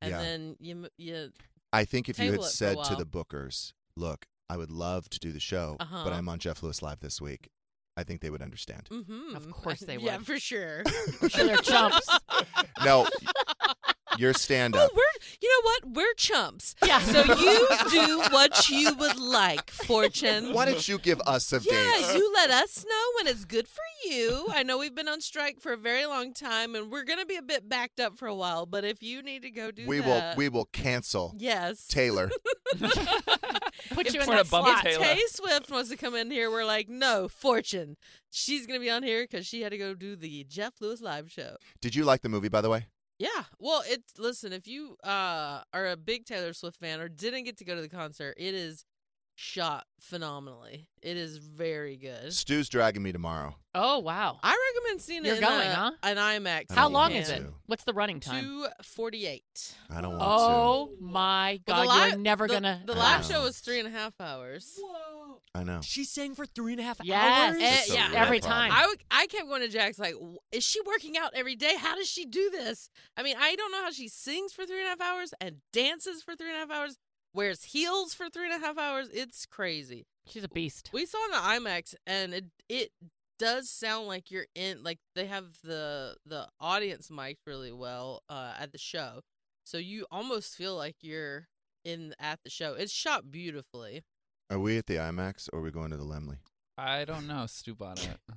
[SPEAKER 3] and
[SPEAKER 1] Yeah.
[SPEAKER 3] then you m- you
[SPEAKER 1] I think if you had
[SPEAKER 3] table it for a
[SPEAKER 1] said to
[SPEAKER 3] while.
[SPEAKER 1] the bookers, "Look, I would love to do the show,
[SPEAKER 3] Uh-huh.
[SPEAKER 1] but I'm on Jeff Lewis Live this week," I think they would understand.
[SPEAKER 3] Mm-hmm. Of
[SPEAKER 6] course they
[SPEAKER 3] Yeah,
[SPEAKER 6] would.
[SPEAKER 3] for sure.
[SPEAKER 6] For sure they're chumps.
[SPEAKER 3] Mm.
[SPEAKER 1] no, your stand
[SPEAKER 3] Oh,
[SPEAKER 1] up.
[SPEAKER 3] we're you know what? We're chumps.
[SPEAKER 6] Yeah.
[SPEAKER 3] So you do what you would like, Fortune.
[SPEAKER 1] Why don't you give us some dates?
[SPEAKER 3] Yeah, you let us know when it's good for you. I know we've been on strike for a very long time, and we're gonna be a bit backed up for a while. But if you need to go do
[SPEAKER 1] we will
[SPEAKER 3] that,
[SPEAKER 1] we will cancel.
[SPEAKER 3] Yes.
[SPEAKER 1] Taylor.
[SPEAKER 6] Put you
[SPEAKER 3] If-
[SPEAKER 6] in that slot.
[SPEAKER 3] If Tay Swift wants to come in here, we're like, no, Fortune. She's gonna be on here because she had to go do the Jeff Lewis live show.
[SPEAKER 1] Did you like the movie, by the way?
[SPEAKER 3] Yeah. Well, it's listen, if you uh are a big Taylor Swift fan or didn't get to go to the concert, it is shot phenomenally. It is very good.
[SPEAKER 1] Stu's dragging me tomorrow.
[SPEAKER 6] Oh wow.
[SPEAKER 3] I recommend seeing
[SPEAKER 6] You're
[SPEAKER 3] it in
[SPEAKER 6] going,
[SPEAKER 3] a-
[SPEAKER 6] huh?
[SPEAKER 3] an IMAX.
[SPEAKER 1] I
[SPEAKER 6] How
[SPEAKER 1] don't
[SPEAKER 6] long
[SPEAKER 1] want
[SPEAKER 6] is it?
[SPEAKER 1] to.
[SPEAKER 6] What's the running time?
[SPEAKER 3] 248.
[SPEAKER 1] I don't want
[SPEAKER 6] Oh my
[SPEAKER 3] Well,
[SPEAKER 6] god,
[SPEAKER 3] the li-
[SPEAKER 6] you're never
[SPEAKER 3] the-
[SPEAKER 6] gonna
[SPEAKER 3] The
[SPEAKER 1] I
[SPEAKER 3] live
[SPEAKER 1] know.
[SPEAKER 3] show was three and a half hours. Whoa.
[SPEAKER 1] to. I know.
[SPEAKER 8] She sang for three and a half
[SPEAKER 6] Yes.
[SPEAKER 8] hours.
[SPEAKER 1] That's a
[SPEAKER 3] yeah,
[SPEAKER 1] real
[SPEAKER 6] every
[SPEAKER 1] problem.
[SPEAKER 6] time.
[SPEAKER 3] I, would- I kept going to Jack's like, "W- is she working out every day? How does she do this? I mean, I don't know how she sings for three and a half hours and dances for three and a half hours, wears heels for three and a half hours. It's crazy.
[SPEAKER 6] She's a beast.
[SPEAKER 3] We saw in the IMAX, and it it does sound like you're in like they have the the audience mic really well uh, at the show, so you almost feel like you're in at the show. It's shot beautifully.
[SPEAKER 1] Are we at the IMAX or are we going to the Lemley?
[SPEAKER 9] I don't know. Stoop on it.
[SPEAKER 1] Uh,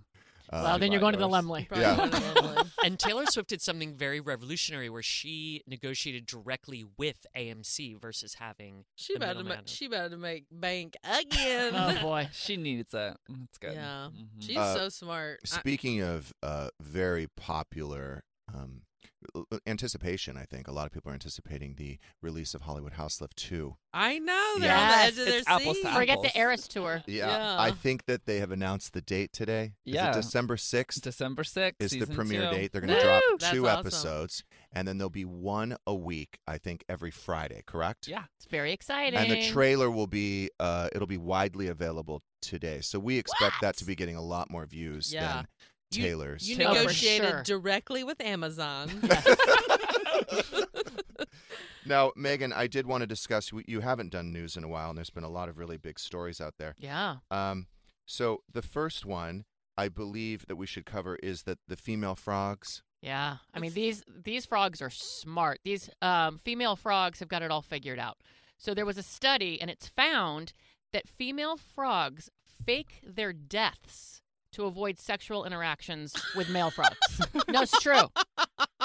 [SPEAKER 6] well, then you're going to the Lemley.
[SPEAKER 1] Yeah.
[SPEAKER 8] and Taylor Swift did something very revolutionary where she negotiated directly with AMC versus having
[SPEAKER 3] She
[SPEAKER 8] the
[SPEAKER 3] about to ma-
[SPEAKER 8] middleman.
[SPEAKER 3] she about to make bank again.
[SPEAKER 6] Oh, boy.
[SPEAKER 9] she needs that. That's good.
[SPEAKER 3] Yeah.
[SPEAKER 9] Mhm.
[SPEAKER 3] She's
[SPEAKER 1] Uh,
[SPEAKER 3] so smart. I-
[SPEAKER 1] Speaking of uh, very popular um, l- l- anticipation, I think a lot of people are anticipating the release of Hollywood House Left 2.
[SPEAKER 3] I know they're
[SPEAKER 6] Yes.
[SPEAKER 3] on the edge of their
[SPEAKER 9] It's apples
[SPEAKER 3] seat.
[SPEAKER 9] to
[SPEAKER 6] Forget the
[SPEAKER 9] Apples.
[SPEAKER 6] Eris tour.
[SPEAKER 1] Yeah,
[SPEAKER 3] Yeah.
[SPEAKER 1] I think that they have announced the date today. Is it
[SPEAKER 9] Yeah.
[SPEAKER 1] December 6th
[SPEAKER 9] December 6th.
[SPEAKER 1] is the
[SPEAKER 9] season
[SPEAKER 1] premiere
[SPEAKER 9] two.
[SPEAKER 1] date. They're going to drop
[SPEAKER 3] Woo! That's
[SPEAKER 1] two
[SPEAKER 3] awesome.
[SPEAKER 1] episodes, and then there'll be one a week, I think, every Friday, correct?
[SPEAKER 9] Yeah.
[SPEAKER 6] It's very exciting.
[SPEAKER 1] And the trailer will be uh, it'll be widely available today. So we expect that to be getting a lot more views
[SPEAKER 3] Yeah.
[SPEAKER 1] than
[SPEAKER 3] You-
[SPEAKER 1] Taylor's.
[SPEAKER 3] You
[SPEAKER 6] Taylor for
[SPEAKER 3] negotiated
[SPEAKER 6] sure.
[SPEAKER 3] directly with Amazon.
[SPEAKER 1] now, Megan, I did want to discuss you haven't done news in a while and there's been a lot of really big stories out there.
[SPEAKER 6] Yeah.
[SPEAKER 1] Um, so the first one I believe that we should cover is that the female frogs.
[SPEAKER 6] Yeah. I mean these these frogs are smart. These um, female frogs have got it all figured out. So there was a study and it's found that female frogs fake their deaths to avoid sexual interactions with male frogs. no, it's true.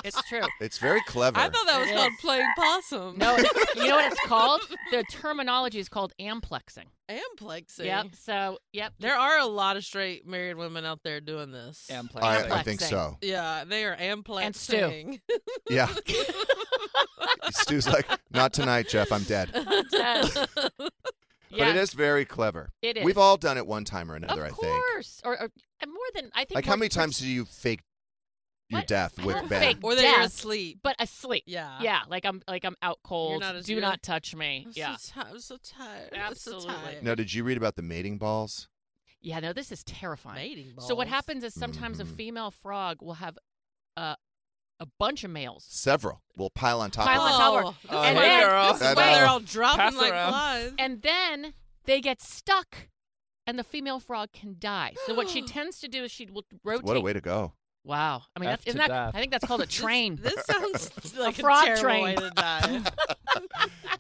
[SPEAKER 6] It's true.
[SPEAKER 1] It's very clever.
[SPEAKER 3] I thought that was
[SPEAKER 6] It
[SPEAKER 3] called
[SPEAKER 6] is.
[SPEAKER 3] playing possum.
[SPEAKER 6] No, it- you know what it's called? The terminology is called amplexing.
[SPEAKER 3] amplexing.
[SPEAKER 6] Yep. So, yep.
[SPEAKER 3] There are a lot of straight married women out there doing this.
[SPEAKER 9] And play.
[SPEAKER 1] I, I think
[SPEAKER 6] Amplexing.
[SPEAKER 1] so.
[SPEAKER 3] yeah, they are
[SPEAKER 6] Stu.
[SPEAKER 3] amplexing.
[SPEAKER 1] Yeah. Stu's like, not tonight, Jeff. I'm dead.
[SPEAKER 6] Yes.
[SPEAKER 1] But it
[SPEAKER 6] Yeah,
[SPEAKER 1] is very clever.
[SPEAKER 6] It
[SPEAKER 1] We've
[SPEAKER 6] is.
[SPEAKER 1] all done it one time or another,
[SPEAKER 6] Of
[SPEAKER 1] I think.
[SPEAKER 6] course. Or, or and more than I think
[SPEAKER 1] Like,
[SPEAKER 6] more
[SPEAKER 1] how many
[SPEAKER 6] than-
[SPEAKER 1] times do you fake your
[SPEAKER 6] What?
[SPEAKER 1] death
[SPEAKER 6] I
[SPEAKER 1] with
[SPEAKER 6] don't
[SPEAKER 1] Ben?
[SPEAKER 6] fake
[SPEAKER 3] or they're
[SPEAKER 6] Death.
[SPEAKER 3] asleep.
[SPEAKER 6] but asleep.
[SPEAKER 3] Yeah.
[SPEAKER 6] Yeah, like I'm like I'm out cold.
[SPEAKER 3] not as
[SPEAKER 6] Do
[SPEAKER 3] good.
[SPEAKER 6] not touch me.
[SPEAKER 3] I'm
[SPEAKER 6] yeah.
[SPEAKER 3] So ti- I'm so tired.
[SPEAKER 6] Absolutely.
[SPEAKER 3] I'm so tired.
[SPEAKER 1] Now, did you read about the mating balls?
[SPEAKER 6] Yeah, no, this is terrifying.
[SPEAKER 3] Mating
[SPEAKER 6] So what
[SPEAKER 3] balls.
[SPEAKER 6] happens is sometimes a
[SPEAKER 1] Mhm.
[SPEAKER 6] female frog will have uh, a bunch of males.
[SPEAKER 1] Several will pile on top
[SPEAKER 6] Pile
[SPEAKER 1] of
[SPEAKER 6] on
[SPEAKER 1] it.
[SPEAKER 6] top
[SPEAKER 3] Oh,
[SPEAKER 6] of her.
[SPEAKER 9] Oh,
[SPEAKER 6] and,
[SPEAKER 9] hey,
[SPEAKER 6] then,
[SPEAKER 9] girl.
[SPEAKER 3] This is
[SPEAKER 1] That's
[SPEAKER 3] why they're
[SPEAKER 1] all.
[SPEAKER 3] all dropping
[SPEAKER 9] Pass
[SPEAKER 3] like
[SPEAKER 9] around.
[SPEAKER 3] flies.
[SPEAKER 6] and then they get stuck and the female frog can die. So what she tends to do is she will rotate.
[SPEAKER 1] What a way to go.
[SPEAKER 6] wow. I mean,
[SPEAKER 9] F
[SPEAKER 6] that's, isn't
[SPEAKER 9] to
[SPEAKER 6] that
[SPEAKER 9] death.
[SPEAKER 6] I think that's called a
[SPEAKER 3] This-
[SPEAKER 6] train.
[SPEAKER 3] This, sounds like a,
[SPEAKER 6] frog
[SPEAKER 3] terrible
[SPEAKER 6] train.
[SPEAKER 3] way to die.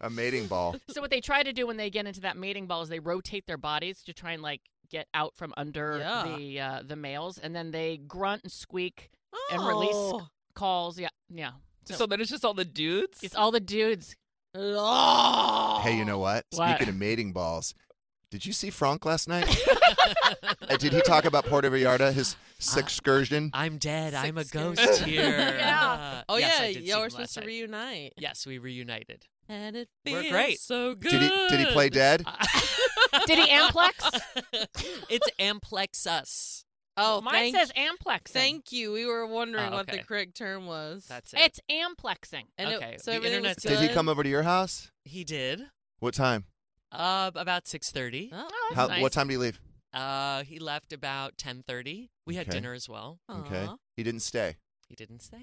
[SPEAKER 1] a mating ball.
[SPEAKER 6] So what they try to do when they get into that mating ball is they rotate their bodies to try and like get out from under
[SPEAKER 3] Yeah.
[SPEAKER 6] the uh, the males, and then they grunt and squeak and
[SPEAKER 3] Oh.
[SPEAKER 6] release calls. Yeah, yeah.
[SPEAKER 9] So then it's just all the dudes?
[SPEAKER 6] It's all the dudes.
[SPEAKER 3] Oh.
[SPEAKER 1] Hey, you know what?
[SPEAKER 6] What?
[SPEAKER 1] Speaking of mating balls, did you see Frank last night? Uh, did he talk about Puerto Vallarta, his excursion?
[SPEAKER 8] I'm dead. i I'm a
[SPEAKER 3] Six
[SPEAKER 8] ghost
[SPEAKER 3] years.
[SPEAKER 8] here. Uh,
[SPEAKER 6] Yeah.
[SPEAKER 3] Oh
[SPEAKER 8] Yes, I
[SPEAKER 3] yeah,
[SPEAKER 8] did see
[SPEAKER 3] y'all were
[SPEAKER 8] him last
[SPEAKER 3] supposed to
[SPEAKER 8] night.
[SPEAKER 3] reunite.
[SPEAKER 8] Yes, we reunited.
[SPEAKER 3] And it
[SPEAKER 8] We're
[SPEAKER 3] feels
[SPEAKER 8] great.
[SPEAKER 3] so good.
[SPEAKER 1] Did he did he play dead?
[SPEAKER 8] Uh,
[SPEAKER 6] Did he amplex?
[SPEAKER 8] it's amplex us.
[SPEAKER 3] Oh,
[SPEAKER 6] Mine
[SPEAKER 3] thank,
[SPEAKER 6] says amplexing.
[SPEAKER 3] thank you. We were wondering
[SPEAKER 8] Oh,
[SPEAKER 3] what the
[SPEAKER 8] okay.
[SPEAKER 3] correct term was.
[SPEAKER 8] That's it.
[SPEAKER 6] It's amplexing.
[SPEAKER 3] and it-
[SPEAKER 8] okay,
[SPEAKER 3] so
[SPEAKER 8] the
[SPEAKER 3] everything was
[SPEAKER 8] internet's-
[SPEAKER 1] Did he
[SPEAKER 3] good?
[SPEAKER 1] come over to your house?
[SPEAKER 8] He did.
[SPEAKER 1] What time?
[SPEAKER 8] Uh, about six thirty.
[SPEAKER 3] Oh,
[SPEAKER 6] That's
[SPEAKER 1] How,
[SPEAKER 6] nice.
[SPEAKER 1] What time do you leave?
[SPEAKER 8] Uh, he left about ten thirty. We had
[SPEAKER 1] Okay.
[SPEAKER 8] dinner as well.
[SPEAKER 1] Okay.
[SPEAKER 3] aw.
[SPEAKER 1] He didn't stay. Mm.
[SPEAKER 8] He didn't stay.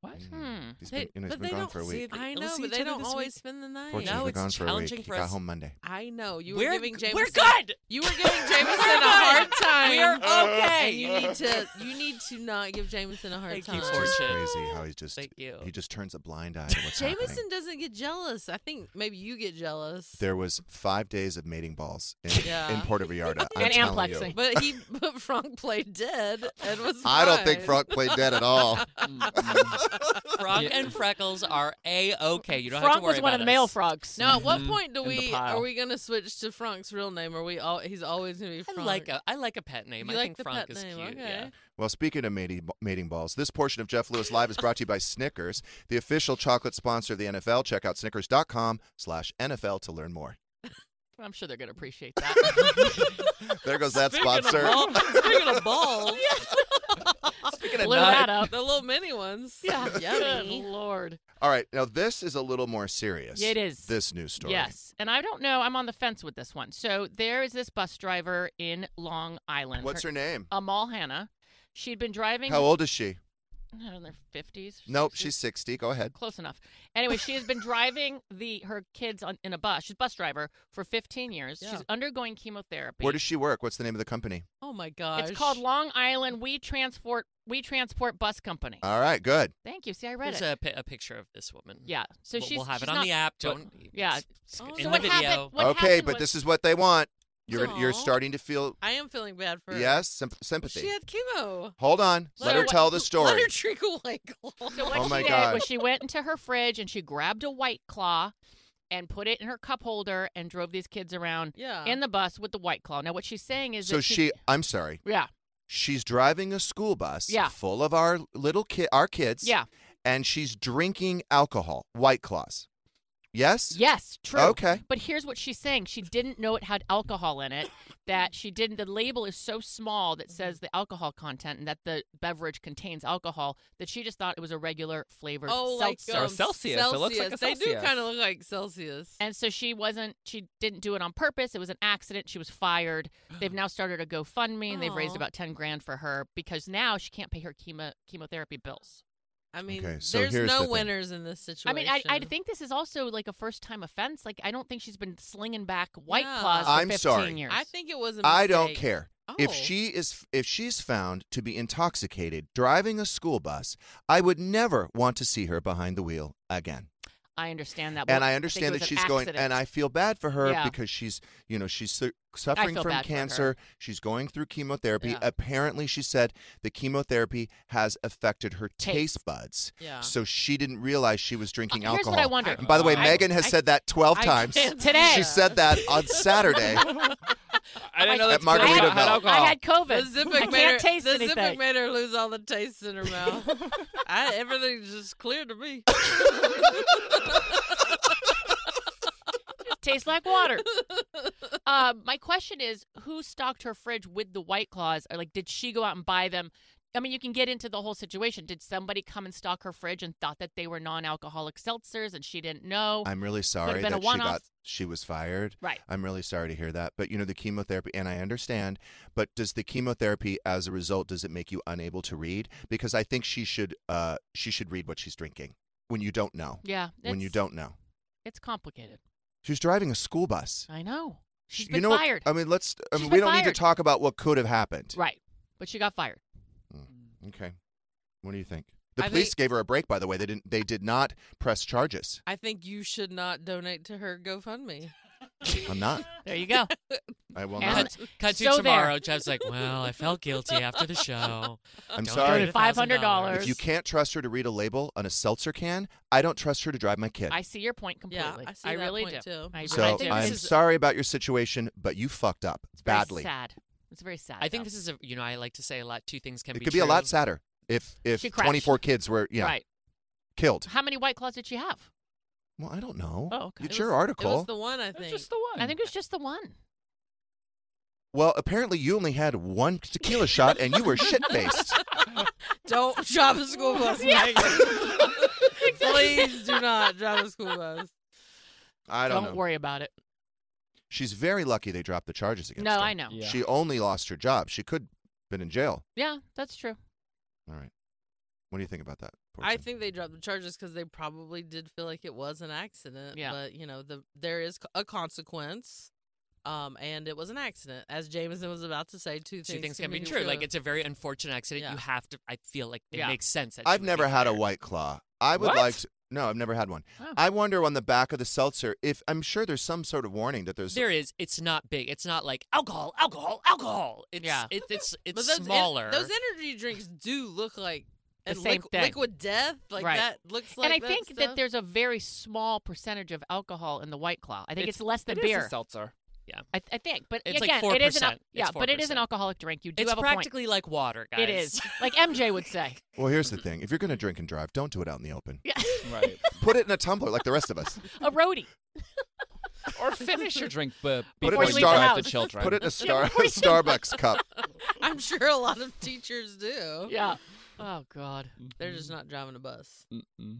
[SPEAKER 9] What?
[SPEAKER 6] Hmm.
[SPEAKER 1] He's
[SPEAKER 3] They-
[SPEAKER 1] been, you know, he's
[SPEAKER 3] but
[SPEAKER 1] been
[SPEAKER 3] they
[SPEAKER 1] gone
[SPEAKER 3] don't
[SPEAKER 1] for a
[SPEAKER 3] see-
[SPEAKER 1] week.
[SPEAKER 3] I
[SPEAKER 8] We'll
[SPEAKER 3] know,
[SPEAKER 8] see
[SPEAKER 3] but
[SPEAKER 8] each
[SPEAKER 3] they
[SPEAKER 8] other
[SPEAKER 3] don't
[SPEAKER 8] this
[SPEAKER 3] always
[SPEAKER 8] week.
[SPEAKER 3] spend the night.
[SPEAKER 1] Fortunately,
[SPEAKER 8] No,
[SPEAKER 1] he's been
[SPEAKER 8] it's
[SPEAKER 1] gone for a week.
[SPEAKER 8] challenging
[SPEAKER 1] He
[SPEAKER 8] for
[SPEAKER 1] got
[SPEAKER 8] us.
[SPEAKER 1] home Monday.
[SPEAKER 3] I know. You
[SPEAKER 8] We're
[SPEAKER 3] were giving
[SPEAKER 8] g-
[SPEAKER 3] Jameson.
[SPEAKER 8] we're good.
[SPEAKER 3] You were giving Jameson a hard time.
[SPEAKER 8] We are okay.
[SPEAKER 3] And you need to. You need to not give Jameson a hard
[SPEAKER 8] Thank you,
[SPEAKER 3] time.
[SPEAKER 1] It's just
[SPEAKER 8] Fortune.
[SPEAKER 1] crazy how he just
[SPEAKER 8] Thank you.
[SPEAKER 1] he just turns a blind eye to what's happening.
[SPEAKER 3] Jameson doesn't get jealous. I think maybe you get jealous.
[SPEAKER 1] There was five days of mating balls in,
[SPEAKER 3] Yeah.
[SPEAKER 1] in Puerto Vallarta. I'm
[SPEAKER 6] And
[SPEAKER 1] telling you.
[SPEAKER 6] amplexing.
[SPEAKER 3] but he, but Frank played dead and was.
[SPEAKER 1] I don't think
[SPEAKER 3] fine.
[SPEAKER 1] Frank played dead at all.
[SPEAKER 9] Mm-hmm.
[SPEAKER 8] Frog
[SPEAKER 9] Yeah.
[SPEAKER 8] and Freckles are a okay. You don't have
[SPEAKER 6] Frog
[SPEAKER 8] to worry
[SPEAKER 6] was one of
[SPEAKER 8] about
[SPEAKER 6] the male
[SPEAKER 8] us.
[SPEAKER 6] frogs.
[SPEAKER 3] Now, at what
[SPEAKER 9] Mhm.
[SPEAKER 3] point do
[SPEAKER 9] In the
[SPEAKER 3] we
[SPEAKER 9] pile.
[SPEAKER 3] are we gonna switch to Frank's real name? Are we all? He's always gonna be Frank.
[SPEAKER 8] I like a I like a pet name.
[SPEAKER 3] You
[SPEAKER 8] I
[SPEAKER 3] like
[SPEAKER 8] think
[SPEAKER 3] the
[SPEAKER 8] Frank
[SPEAKER 3] pet
[SPEAKER 8] is
[SPEAKER 3] name,
[SPEAKER 8] cute.
[SPEAKER 3] okay.
[SPEAKER 1] Well, speaking of mating, mating balls, this portion of Jeff Lewis Live is brought to you by Snickers, the official chocolate sponsor of the NFL. Check out snickers.com slash NFL to learn more.
[SPEAKER 6] I'm sure they're gonna appreciate that.
[SPEAKER 1] There goes that
[SPEAKER 3] Speaking of
[SPEAKER 1] sponsor.
[SPEAKER 3] balls- Speaking of balls,
[SPEAKER 6] Blew that up.
[SPEAKER 3] the little mini ones.
[SPEAKER 6] Yeah. Good
[SPEAKER 3] yummy.
[SPEAKER 6] lord.
[SPEAKER 1] All right, now this is a little more serious.
[SPEAKER 6] Yeah, it is.
[SPEAKER 1] This news story.
[SPEAKER 6] Yes, and I don't know. I'm on the fence with this one. So there is this bus driver in Long Island. Oh,
[SPEAKER 1] What's her name?
[SPEAKER 6] Amal Hannah. She'd been driving.
[SPEAKER 1] How old is she?
[SPEAKER 6] I don't know, in their 50s.
[SPEAKER 1] Nope, she's 60. Go ahead.
[SPEAKER 6] Close enough. Anyway, she has been driving the her kids on, in a bus. She's a bus driver for 15 years. She's undergoing chemotherapy.
[SPEAKER 1] Where does she work? What's the name of the company?
[SPEAKER 3] Oh my gosh.
[SPEAKER 6] It's called Long Island We Transport We Transport Bus Company.
[SPEAKER 1] All right, good.
[SPEAKER 6] Thank you. See, I read
[SPEAKER 8] Here's
[SPEAKER 6] it.
[SPEAKER 8] a, pi- a picture of this woman.
[SPEAKER 6] yeah. So
[SPEAKER 8] we'll,
[SPEAKER 6] she's
[SPEAKER 8] we'll have
[SPEAKER 6] she's
[SPEAKER 8] it on
[SPEAKER 6] not-
[SPEAKER 8] the app.
[SPEAKER 6] but-
[SPEAKER 8] Don't
[SPEAKER 6] yeah.
[SPEAKER 8] So
[SPEAKER 6] so
[SPEAKER 8] in
[SPEAKER 6] what
[SPEAKER 8] the video.
[SPEAKER 6] happened? What
[SPEAKER 1] okay,
[SPEAKER 6] happened
[SPEAKER 1] but
[SPEAKER 6] was-
[SPEAKER 1] this is what they want. You're you're
[SPEAKER 3] Aw.
[SPEAKER 1] starting to feel
[SPEAKER 3] I am feeling bad for her.
[SPEAKER 1] yes, symp- sympathy.
[SPEAKER 3] She had chemo.
[SPEAKER 1] Hold on.
[SPEAKER 6] So
[SPEAKER 1] Let her
[SPEAKER 6] what-
[SPEAKER 1] tell the story.
[SPEAKER 3] Let her drink a white claw.
[SPEAKER 6] So what
[SPEAKER 1] Oh
[SPEAKER 6] she
[SPEAKER 1] my
[SPEAKER 6] did
[SPEAKER 1] God.
[SPEAKER 6] was she went into her fridge and she grabbed a white claw and put it in her cup holder and drove these kids around
[SPEAKER 3] Yeah.
[SPEAKER 6] in the bus with the white claw. Now what she's saying is
[SPEAKER 1] so
[SPEAKER 6] that
[SPEAKER 1] she, I'm sorry.
[SPEAKER 6] Yeah.
[SPEAKER 1] She's driving a school bus
[SPEAKER 6] Yeah.
[SPEAKER 1] full of our little kid our kids.
[SPEAKER 6] Yeah.
[SPEAKER 1] And she's drinking alcohol, white claws. Yes?
[SPEAKER 6] Yes, true.
[SPEAKER 1] Okay.
[SPEAKER 6] But here's what she's saying. She didn't know it had alcohol in it. That she didn't the label is so small
[SPEAKER 3] Mm-hmm.
[SPEAKER 6] that says the alcohol content and that the beverage contains alcohol that she just thought it was a regular flavored
[SPEAKER 3] Oh, like
[SPEAKER 6] seltzer.
[SPEAKER 3] um,
[SPEAKER 9] Or Celsius. It looks like a
[SPEAKER 3] They do
[SPEAKER 9] Celsius.
[SPEAKER 3] kind of look like Celsius.
[SPEAKER 6] And so she wasn't, she didn't do it on purpose. It was an accident. She was fired. They've now started a GoFundMe and they've raised
[SPEAKER 3] Aw.
[SPEAKER 6] about 10 grand for her because now she can't pay her chemo, chemotherapy bills.
[SPEAKER 3] I mean,
[SPEAKER 1] Okay, so
[SPEAKER 3] there's
[SPEAKER 1] here's the
[SPEAKER 3] no
[SPEAKER 1] thing.
[SPEAKER 3] winners in this
[SPEAKER 6] I
[SPEAKER 3] situation.
[SPEAKER 6] mean, I, I think this is also like a first time offense. Like, I don't think she's been slinging back white
[SPEAKER 3] Yeah.
[SPEAKER 6] claws for
[SPEAKER 1] I'm
[SPEAKER 6] 15
[SPEAKER 1] sorry.
[SPEAKER 6] years.
[SPEAKER 3] I think it was. A
[SPEAKER 1] I don't
[SPEAKER 3] mistake.
[SPEAKER 1] care. If
[SPEAKER 3] Oh.
[SPEAKER 1] she is if she's found to be intoxicated driving a school bus, I would never want to see her behind the wheel again.
[SPEAKER 6] I understand that. but
[SPEAKER 1] and I
[SPEAKER 6] think it
[SPEAKER 1] understand
[SPEAKER 6] was
[SPEAKER 1] that
[SPEAKER 6] an
[SPEAKER 1] she's going, and
[SPEAKER 6] accident.
[SPEAKER 1] I feel bad for her
[SPEAKER 6] Yeah.
[SPEAKER 1] because she's, you know, she's su- suffering
[SPEAKER 6] feel
[SPEAKER 1] from
[SPEAKER 6] bad for her.
[SPEAKER 1] cancer. She's going through chemotherapy.
[SPEAKER 3] Yeah.
[SPEAKER 1] Apparently, she said the chemotherapy has affected her taste,
[SPEAKER 6] Taste. Uh,
[SPEAKER 1] buds.
[SPEAKER 3] Yeah.
[SPEAKER 1] So she didn't realize she was drinking
[SPEAKER 6] here's what
[SPEAKER 1] alcohol.
[SPEAKER 6] I wonder.
[SPEAKER 1] And by the way,
[SPEAKER 6] I-
[SPEAKER 1] Megan has
[SPEAKER 6] I-
[SPEAKER 1] said that 12
[SPEAKER 6] I
[SPEAKER 1] times.
[SPEAKER 6] can't Today.
[SPEAKER 1] She said that on Saturday.
[SPEAKER 9] I didn't know
[SPEAKER 1] At
[SPEAKER 9] that
[SPEAKER 1] Margarita
[SPEAKER 9] had
[SPEAKER 1] Mel.
[SPEAKER 9] alcohol.
[SPEAKER 6] I had
[SPEAKER 3] The
[SPEAKER 6] COVID.
[SPEAKER 3] Zippic
[SPEAKER 6] I can't
[SPEAKER 3] made her,
[SPEAKER 6] taste
[SPEAKER 3] the
[SPEAKER 6] anything.
[SPEAKER 3] Zippic made her lose all the taste in her mouth. I, everything's just clear to me.
[SPEAKER 6] tastes like water. um, my question is, who stocked her fridge with the White Claws? Or like, did she go out and buy them? I mean, you can get into the whole situation. Did somebody come and stock her fridge and thought that they were non-alcoholic seltzers and she didn't know?
[SPEAKER 1] I'm really sorry
[SPEAKER 6] been a
[SPEAKER 1] that she
[SPEAKER 6] one-off.
[SPEAKER 1] got she was fired.
[SPEAKER 6] Right.
[SPEAKER 1] I'm really sorry to hear that. But you know the chemotherapy and I understand, but does the chemotherapy as a result does it make you unable to read? Because I think she should uh she should read what she's drinking when you don't know.
[SPEAKER 6] yeah,
[SPEAKER 1] When you
[SPEAKER 6] it's-
[SPEAKER 1] don't know.
[SPEAKER 6] it's complicated.
[SPEAKER 1] She was driving a school bus.
[SPEAKER 6] I know. She's
[SPEAKER 1] you
[SPEAKER 6] been
[SPEAKER 1] know what-
[SPEAKER 6] fired.
[SPEAKER 1] I mean, let's I
[SPEAKER 6] She's
[SPEAKER 1] mean, we
[SPEAKER 6] been
[SPEAKER 1] don't need to
[SPEAKER 6] fired.
[SPEAKER 1] talk about what could have happened.
[SPEAKER 6] right, but she got fired.
[SPEAKER 1] Okay. What do you think? The
[SPEAKER 3] I
[SPEAKER 1] police
[SPEAKER 3] think-
[SPEAKER 1] gave her a break by the way. They didn't they did not press charges.
[SPEAKER 3] I think you should not donate to her GoFundMe.
[SPEAKER 1] I'm not.
[SPEAKER 6] There you go.
[SPEAKER 1] I will
[SPEAKER 6] And-
[SPEAKER 1] not.
[SPEAKER 8] Cut, cut to
[SPEAKER 6] So there.
[SPEAKER 8] tomorrow. Jeff's like, well, I felt guilty after the show.
[SPEAKER 1] I'm
[SPEAKER 8] Don't
[SPEAKER 1] sorry.
[SPEAKER 8] give it $1,000.
[SPEAKER 6] $500.
[SPEAKER 1] If you can't trust her to read a label on a seltzer can, I don't trust her to drive my kid.
[SPEAKER 6] I see your point
[SPEAKER 3] Yeah,
[SPEAKER 6] completely.
[SPEAKER 3] I see that
[SPEAKER 6] really
[SPEAKER 3] point,
[SPEAKER 6] do.
[SPEAKER 3] too.
[SPEAKER 6] I really
[SPEAKER 1] so
[SPEAKER 6] do.
[SPEAKER 1] I'm
[SPEAKER 3] I this is-
[SPEAKER 1] sorry about your situation, but you fucked up
[SPEAKER 6] It's very
[SPEAKER 1] badly.
[SPEAKER 6] sad. It's very sad.
[SPEAKER 8] I think
[SPEAKER 6] though.
[SPEAKER 8] this is a, you know, I like to say a lot. Two things can
[SPEAKER 1] It
[SPEAKER 8] be
[SPEAKER 1] could be a lot
[SPEAKER 8] true.
[SPEAKER 1] sadder if if
[SPEAKER 6] She crashed.
[SPEAKER 1] 24 kids were you know,
[SPEAKER 6] right.
[SPEAKER 1] killed.
[SPEAKER 6] How many white claws did she have?
[SPEAKER 1] Well, I don't know.
[SPEAKER 6] Oh, okay.
[SPEAKER 1] It's
[SPEAKER 3] It
[SPEAKER 1] your
[SPEAKER 3] was- It
[SPEAKER 1] article.
[SPEAKER 3] was the one I
[SPEAKER 9] It was
[SPEAKER 3] think.
[SPEAKER 9] just the one.
[SPEAKER 6] I think it was just the one.
[SPEAKER 1] well, apparently you only had one tequila shot and you were shit faced.
[SPEAKER 3] Don't drive a school bus,
[SPEAKER 6] Yeah.
[SPEAKER 3] Megan. Please do not drive a school bus.
[SPEAKER 1] I don't, know.
[SPEAKER 6] worry about it.
[SPEAKER 1] She's very lucky they dropped the charges against
[SPEAKER 6] No,
[SPEAKER 1] her.
[SPEAKER 6] I know.
[SPEAKER 9] Yeah.
[SPEAKER 1] She only lost her job. She could been in jail.
[SPEAKER 6] Yeah, that's true.
[SPEAKER 1] All right. What do you think about that?
[SPEAKER 3] I
[SPEAKER 1] Fortune?
[SPEAKER 3] think they dropped the charges because they probably did feel like it was an accident.
[SPEAKER 6] Yeah.
[SPEAKER 3] But you know, the there is c- a consequence, um, and it was an accident. As Jameson was about to say, two,
[SPEAKER 8] Two
[SPEAKER 3] things,
[SPEAKER 8] things can be true. Like it's a very unfortunate accident.
[SPEAKER 3] Yeah.
[SPEAKER 8] You have to. I feel like it
[SPEAKER 6] Yeah.
[SPEAKER 8] makes sense. that she
[SPEAKER 1] I've
[SPEAKER 8] would
[SPEAKER 1] never
[SPEAKER 8] be
[SPEAKER 1] had a
[SPEAKER 8] fired.
[SPEAKER 1] white claw. I would
[SPEAKER 9] What?
[SPEAKER 1] like to. No, I've never had one.
[SPEAKER 6] Oh.
[SPEAKER 1] I wonder on the back of the seltzer if I'm sure there's some sort of warning that there's.
[SPEAKER 8] There is. It's not big. It's not like alcohol, alcohol, alcohol. It's,
[SPEAKER 6] Yeah.
[SPEAKER 8] It, it's
[SPEAKER 3] But
[SPEAKER 8] it's
[SPEAKER 3] those en-
[SPEAKER 8] smaller.
[SPEAKER 3] those energy drinks do look like
[SPEAKER 6] The
[SPEAKER 3] and
[SPEAKER 6] same
[SPEAKER 3] liqu-
[SPEAKER 6] thing.
[SPEAKER 3] liquid death. Like
[SPEAKER 6] Right.
[SPEAKER 3] that looks like.
[SPEAKER 6] and I think that
[SPEAKER 3] stuff.
[SPEAKER 6] there's a very small percentage of alcohol in the White Claw. I think it's,
[SPEAKER 9] It's-
[SPEAKER 6] less than
[SPEAKER 9] It is a
[SPEAKER 6] beer.
[SPEAKER 9] seltzer.
[SPEAKER 6] I, th- I think, but
[SPEAKER 8] It's like
[SPEAKER 6] again, it is an al-
[SPEAKER 8] 4%.
[SPEAKER 6] yeah,
[SPEAKER 8] It's
[SPEAKER 6] but it is an
[SPEAKER 8] 4%.
[SPEAKER 6] alcoholic drink. You do
[SPEAKER 8] it's
[SPEAKER 6] have a
[SPEAKER 8] practically like water, guys.
[SPEAKER 6] point. It is like MJ would say.
[SPEAKER 1] well, here's the thing: if you're gonna drink and drive, don't do it out in the open.
[SPEAKER 6] Yeah,
[SPEAKER 9] Right.
[SPEAKER 1] Put it in a tumbler like the rest of us.
[SPEAKER 6] a roadie.
[SPEAKER 9] or finish your drink b-
[SPEAKER 1] Put it
[SPEAKER 9] before
[SPEAKER 1] in a
[SPEAKER 9] you
[SPEAKER 1] Starbucks.
[SPEAKER 9] drive the
[SPEAKER 6] Put
[SPEAKER 9] children.
[SPEAKER 1] Put it in a star-
[SPEAKER 6] before you-
[SPEAKER 1] Starbucks cup.
[SPEAKER 3] I'm sure a lot of teachers do.
[SPEAKER 6] Yeah. Oh God.
[SPEAKER 9] Mm-hmm.
[SPEAKER 3] They're just not driving a bus.
[SPEAKER 9] Mm-mm.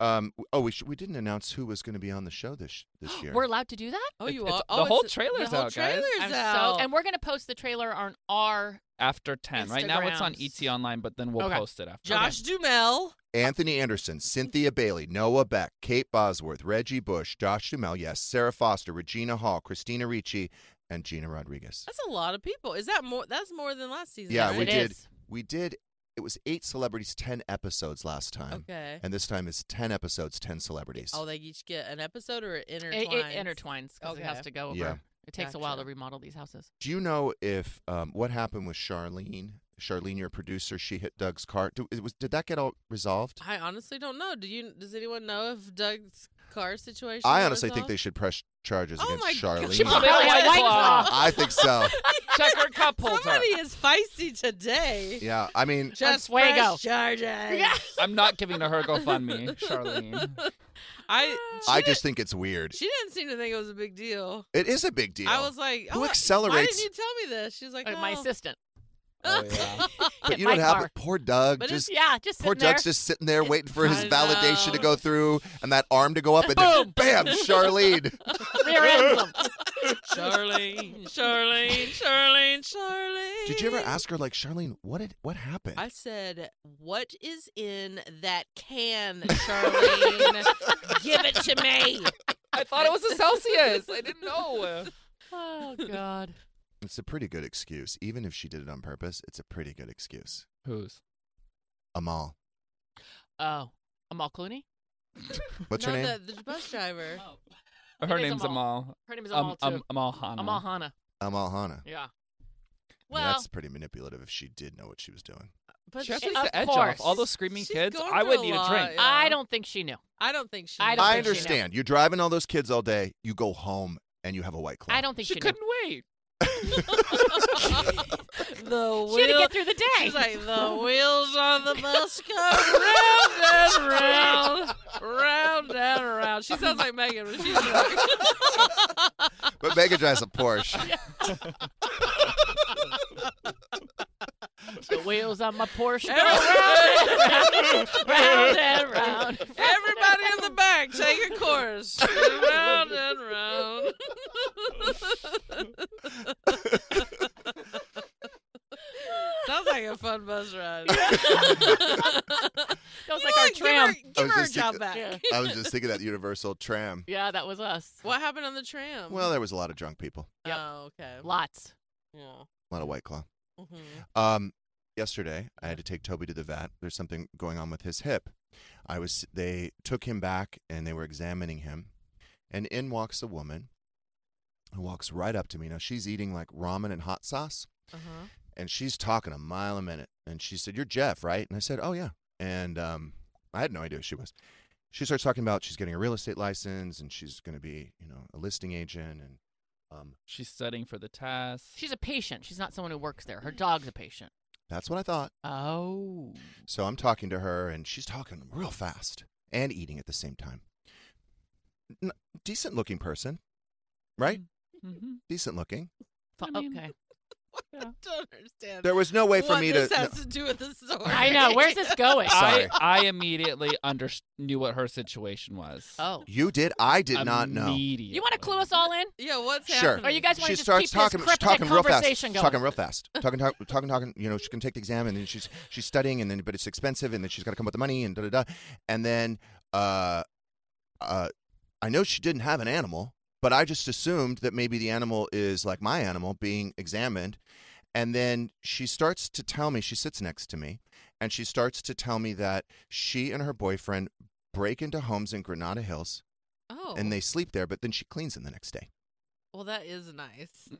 [SPEAKER 1] Um, oh, we sh- we didn't announce who was going to be on the show this this year.
[SPEAKER 6] We're allowed to do that?
[SPEAKER 3] Oh, you
[SPEAKER 9] it's-
[SPEAKER 3] are.
[SPEAKER 9] the
[SPEAKER 3] oh,
[SPEAKER 9] whole
[SPEAKER 3] it's-
[SPEAKER 9] trailer's
[SPEAKER 3] the whole
[SPEAKER 9] out, guys.
[SPEAKER 3] Trailer's
[SPEAKER 6] I'm so-
[SPEAKER 3] out.
[SPEAKER 6] and we're going to post the trailer on our.
[SPEAKER 9] after 10. Right now it's on
[SPEAKER 6] Instagrams.
[SPEAKER 9] ET Online, but then we'll
[SPEAKER 6] Okay.
[SPEAKER 9] post it after.
[SPEAKER 3] Josh Dumel.
[SPEAKER 1] Anthony Anderson, Cynthia Bailey, Noah Beck, Kate Bosworth, Reggie Bush, Josh Dumel, yes, Sarah Foster, Regina Hall, Christina Ricci, and Gina Rodriguez.
[SPEAKER 3] That's a lot of people. Is that more? That's more than last season.
[SPEAKER 1] Yeah,
[SPEAKER 3] right?
[SPEAKER 1] we did. We did. It was eight celebrities, ten episodes last time.
[SPEAKER 3] Okay.
[SPEAKER 1] And this time it's ten episodes, ten celebrities.
[SPEAKER 3] Oh, they each get an episode or it
[SPEAKER 6] It,
[SPEAKER 3] intertwines.
[SPEAKER 6] it intertwines because it has to go over.
[SPEAKER 1] Yeah.
[SPEAKER 6] It takes a while to remodel these houses.
[SPEAKER 1] Do you know if um, what happened with Charlene? Charlene, your producer, she hit Doug's car. Do, it was, did that get all resolved?
[SPEAKER 3] I honestly don't know. Do you? Does anyone know if Doug's car situation?
[SPEAKER 1] I honestly think they
[SPEAKER 3] resolved?
[SPEAKER 1] should press charges
[SPEAKER 3] Oh my
[SPEAKER 1] against
[SPEAKER 3] God.
[SPEAKER 1] Charlene.
[SPEAKER 3] She probably had a White White Claw. Claw.
[SPEAKER 1] Ah, I think so.
[SPEAKER 9] Checker cup holder.
[SPEAKER 3] Somebody is feisty today.
[SPEAKER 1] Yeah, I mean,
[SPEAKER 3] Just
[SPEAKER 6] Fuego.
[SPEAKER 3] press charges.
[SPEAKER 9] I'm not giving to her GoFundMe, Charlene.
[SPEAKER 3] I.
[SPEAKER 1] I
[SPEAKER 3] she
[SPEAKER 1] just think it's weird.
[SPEAKER 3] didn't- She didn't seem to think it was a big deal.
[SPEAKER 1] It is a big deal.
[SPEAKER 3] I was like,
[SPEAKER 1] Who
[SPEAKER 3] oh, Why
[SPEAKER 1] accelerates-
[SPEAKER 3] didn't you tell me this? She was like,
[SPEAKER 6] Like, my
[SPEAKER 3] oh.
[SPEAKER 6] assistant.
[SPEAKER 9] Oh, yeah.
[SPEAKER 1] but you
[SPEAKER 6] my
[SPEAKER 1] know what happened?
[SPEAKER 6] car.
[SPEAKER 1] Poor Doug.
[SPEAKER 6] But it's-
[SPEAKER 1] just
[SPEAKER 6] yeah, just
[SPEAKER 1] poor
[SPEAKER 6] sitting
[SPEAKER 1] Doug's
[SPEAKER 6] there.
[SPEAKER 1] just sitting there waiting for his
[SPEAKER 3] I
[SPEAKER 1] validation to
[SPEAKER 3] know.
[SPEAKER 1] go through, and that arm to go up, and then bam, Charlene.
[SPEAKER 6] Rear ends them.
[SPEAKER 7] Charlene.
[SPEAKER 3] Charlene, Charlene, Charlene.
[SPEAKER 1] Did you ever ask her like Charlene, what did what happened?
[SPEAKER 3] I said, "What is in that can, Charlene? Give it to me."
[SPEAKER 9] I thought it was a Celsius. I didn't know.
[SPEAKER 6] Oh, God.
[SPEAKER 1] It's a pretty good excuse, even if she did it on purpose. It's a pretty good excuse.
[SPEAKER 9] Who's?
[SPEAKER 1] Amal,
[SPEAKER 6] Oh. Amal Clooney?
[SPEAKER 1] what's her
[SPEAKER 3] No,
[SPEAKER 1] name?
[SPEAKER 3] The, the bus driver.
[SPEAKER 6] Oh.
[SPEAKER 9] Her
[SPEAKER 6] It is
[SPEAKER 9] name's Amal.
[SPEAKER 6] Her name is
[SPEAKER 9] Um,
[SPEAKER 6] Amal, too.
[SPEAKER 9] um, Amal Hanna.
[SPEAKER 6] Amal Hanna.
[SPEAKER 1] Amal Hana.
[SPEAKER 6] Yeah.
[SPEAKER 1] I mean,
[SPEAKER 6] Well,
[SPEAKER 1] that's pretty manipulative if she did know what she was doing.
[SPEAKER 3] But
[SPEAKER 9] She
[SPEAKER 3] she-
[SPEAKER 9] actually
[SPEAKER 6] Of
[SPEAKER 9] takes the edge
[SPEAKER 6] course.
[SPEAKER 9] off. All those screaming
[SPEAKER 3] She's
[SPEAKER 9] kids,
[SPEAKER 3] going
[SPEAKER 9] I would
[SPEAKER 3] through
[SPEAKER 9] need
[SPEAKER 3] a
[SPEAKER 9] a
[SPEAKER 3] lot,
[SPEAKER 9] drink.
[SPEAKER 3] yeah.
[SPEAKER 6] I don't think she knew.
[SPEAKER 3] I don't think she.
[SPEAKER 6] I don't
[SPEAKER 3] knows.
[SPEAKER 1] I
[SPEAKER 6] think she
[SPEAKER 1] understand. You're driving all those kids all day. You go home and you have a white claw.
[SPEAKER 6] I don't think she, knew.
[SPEAKER 9] She couldn't wait.
[SPEAKER 3] the
[SPEAKER 6] She had to
[SPEAKER 3] wheel-
[SPEAKER 6] get through the day.
[SPEAKER 3] She's like the wheels on the bus go round and round, round and round. She sounds like Megan when she's drunk.
[SPEAKER 1] But Megan drives a Porsche.
[SPEAKER 6] the wheels on my Porsche go round and round, round and round.
[SPEAKER 3] Everybody in the back, take a course. round and round. Sounds like a fun bus ride.
[SPEAKER 6] That was like our
[SPEAKER 3] Give her,
[SPEAKER 6] tram.
[SPEAKER 1] I
[SPEAKER 3] give
[SPEAKER 1] was
[SPEAKER 3] her a
[SPEAKER 1] just
[SPEAKER 3] job
[SPEAKER 1] thinking-
[SPEAKER 3] back.
[SPEAKER 6] Yeah.
[SPEAKER 1] I was just thinking that universal tram.
[SPEAKER 6] Yeah, that was us.
[SPEAKER 3] What happened on the tram?
[SPEAKER 1] Well, there was a lot of drunk people,
[SPEAKER 6] Yep.
[SPEAKER 3] oh, okay.
[SPEAKER 6] Lots.
[SPEAKER 3] Yeah.
[SPEAKER 1] a lot of white claw.
[SPEAKER 3] Mhm.
[SPEAKER 1] Um, yesterday, I had to take Toby to the vet. There's something going on with his hip. I was. They took him back and they were examining him, and in walks a woman who walks right up to me. Now she's eating like ramen and hot sauce,
[SPEAKER 3] Uh-huh.
[SPEAKER 1] and she's talking a mile a minute. And she said, "You're Jeff, right?" And I said, "Oh yeah." And um, I had no idea who she was. She starts talking about she's getting a real estate license and she's going to be, you know, a listing agent and um,
[SPEAKER 9] She's studying for the test.
[SPEAKER 6] She's a patient. She's not someone who works there. Her dog's a patient.
[SPEAKER 1] that's what I thought.
[SPEAKER 6] Oh.
[SPEAKER 1] So I'm talking to her, and she's talking real fast and eating at the same time. N- decent looking person, right?
[SPEAKER 3] Mm.
[SPEAKER 9] Mhm.
[SPEAKER 1] Decent looking.
[SPEAKER 6] Fu-
[SPEAKER 9] I mean-
[SPEAKER 6] okay.
[SPEAKER 3] I don't understand.
[SPEAKER 1] There was no way for
[SPEAKER 3] what
[SPEAKER 1] me to.
[SPEAKER 3] this has
[SPEAKER 1] no-
[SPEAKER 3] to do with the story.
[SPEAKER 6] I know. Where's this going?
[SPEAKER 1] Sorry.
[SPEAKER 9] I, I immediately under- knew what her situation was.
[SPEAKER 6] Oh.
[SPEAKER 1] you did. I did not know.
[SPEAKER 9] Immediately.
[SPEAKER 6] You want to clue us all in?
[SPEAKER 3] Yeah, what's
[SPEAKER 1] Sure.
[SPEAKER 3] happening?
[SPEAKER 6] Or Oh, you guys want
[SPEAKER 1] She
[SPEAKER 6] to just
[SPEAKER 1] starts
[SPEAKER 6] keep
[SPEAKER 1] talking,
[SPEAKER 6] this
[SPEAKER 1] she's
[SPEAKER 6] cryptic
[SPEAKER 1] talking real fast.
[SPEAKER 6] conversation
[SPEAKER 1] She's
[SPEAKER 6] going?
[SPEAKER 1] Talking real fast. Talking, talk, talking, talking. You know, she can take the exam, and then she's she's studying, and then but it's expensive, and then she's got to come up with the money, and da da da. And then, uh, uh, I know she didn't have an animal, but I just assumed that maybe the animal is like my animal being examined. And then she starts to tell me. She sits next to me, and she starts to tell me that she and her boyfriend break into homes in Granada Hills,
[SPEAKER 3] Oh.
[SPEAKER 1] and they sleep there. But then she cleans them the next day.
[SPEAKER 3] well, that is nice.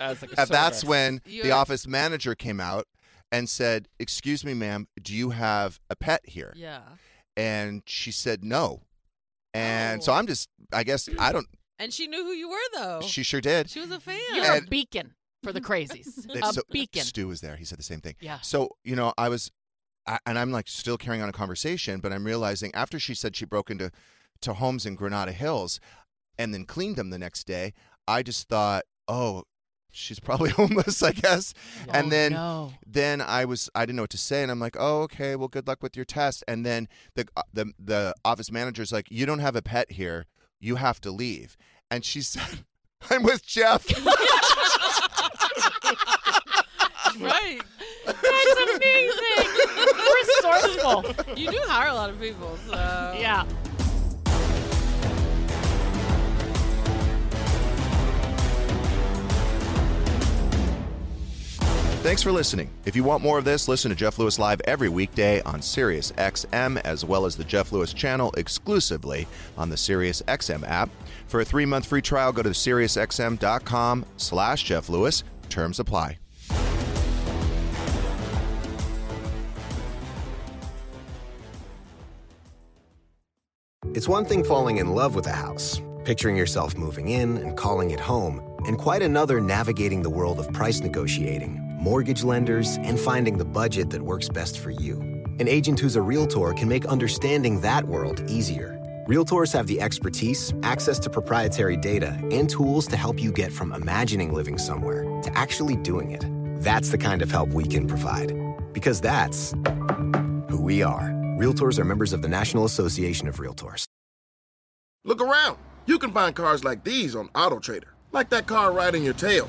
[SPEAKER 9] As like a
[SPEAKER 1] And that's
[SPEAKER 9] service.
[SPEAKER 1] when the
[SPEAKER 3] You're-
[SPEAKER 1] office manager came out and said, Excuse me, ma'am, do you have a pet here?
[SPEAKER 3] Yeah.
[SPEAKER 1] And she said, No. And
[SPEAKER 3] Oh.
[SPEAKER 1] so I'm just, I guess, I don't,
[SPEAKER 3] And she knew who you were, though.
[SPEAKER 1] she sure did.
[SPEAKER 3] She was a fan.
[SPEAKER 6] You're a
[SPEAKER 1] And-
[SPEAKER 6] beacon for the crazies.
[SPEAKER 1] It's
[SPEAKER 6] a
[SPEAKER 1] so- uh,
[SPEAKER 6] beacon.
[SPEAKER 1] Stu was there. He said the same thing.
[SPEAKER 6] Yeah.
[SPEAKER 1] So, you know, I was, I, and I'm like still carrying on a conversation, but I'm realizing after she said she broke into to homes in Granada Hills and then cleaned them the next day, I just thought, oh, she's probably homeless, I guess.
[SPEAKER 11] Oh,
[SPEAKER 1] And then
[SPEAKER 11] no.
[SPEAKER 1] then I was I didn't know what to say, and I'm like, oh okay, well good luck with your test. And then the uh, the the office manager's like, you don't have a pet here, you have to leave. And she said, I'm with Jeff.
[SPEAKER 12] right.
[SPEAKER 6] That's amazing. Resourceful.
[SPEAKER 12] You do hire a lot of people, so
[SPEAKER 6] yeah.
[SPEAKER 1] Thanks for listening. If you want more of this, listen to Jeff Lewis Live every weekday on Sirius XM, as well as the Jeff Lewis channel exclusively on the Sirius XM app. For a three-month free trial, go to SiriusXM.com slash Jeff Lewis. Terms apply.
[SPEAKER 13] It's one thing falling in love with a house, picturing yourself moving in and calling it home, and quite another navigating the world of price negotiating, mortgage lenders, and finding the budget that works best for you. An agent who's a realtor can make understanding that world easier. Realtors have the expertise, access to proprietary data, and tools to help you get from imagining living somewhere to actually doing it. That's the kind of help we can provide. Because that's who we are. Realtors are members of the National Association of Realtors.
[SPEAKER 3] Look around. You can find cars like these on AutoTrader, like that car riding your tail.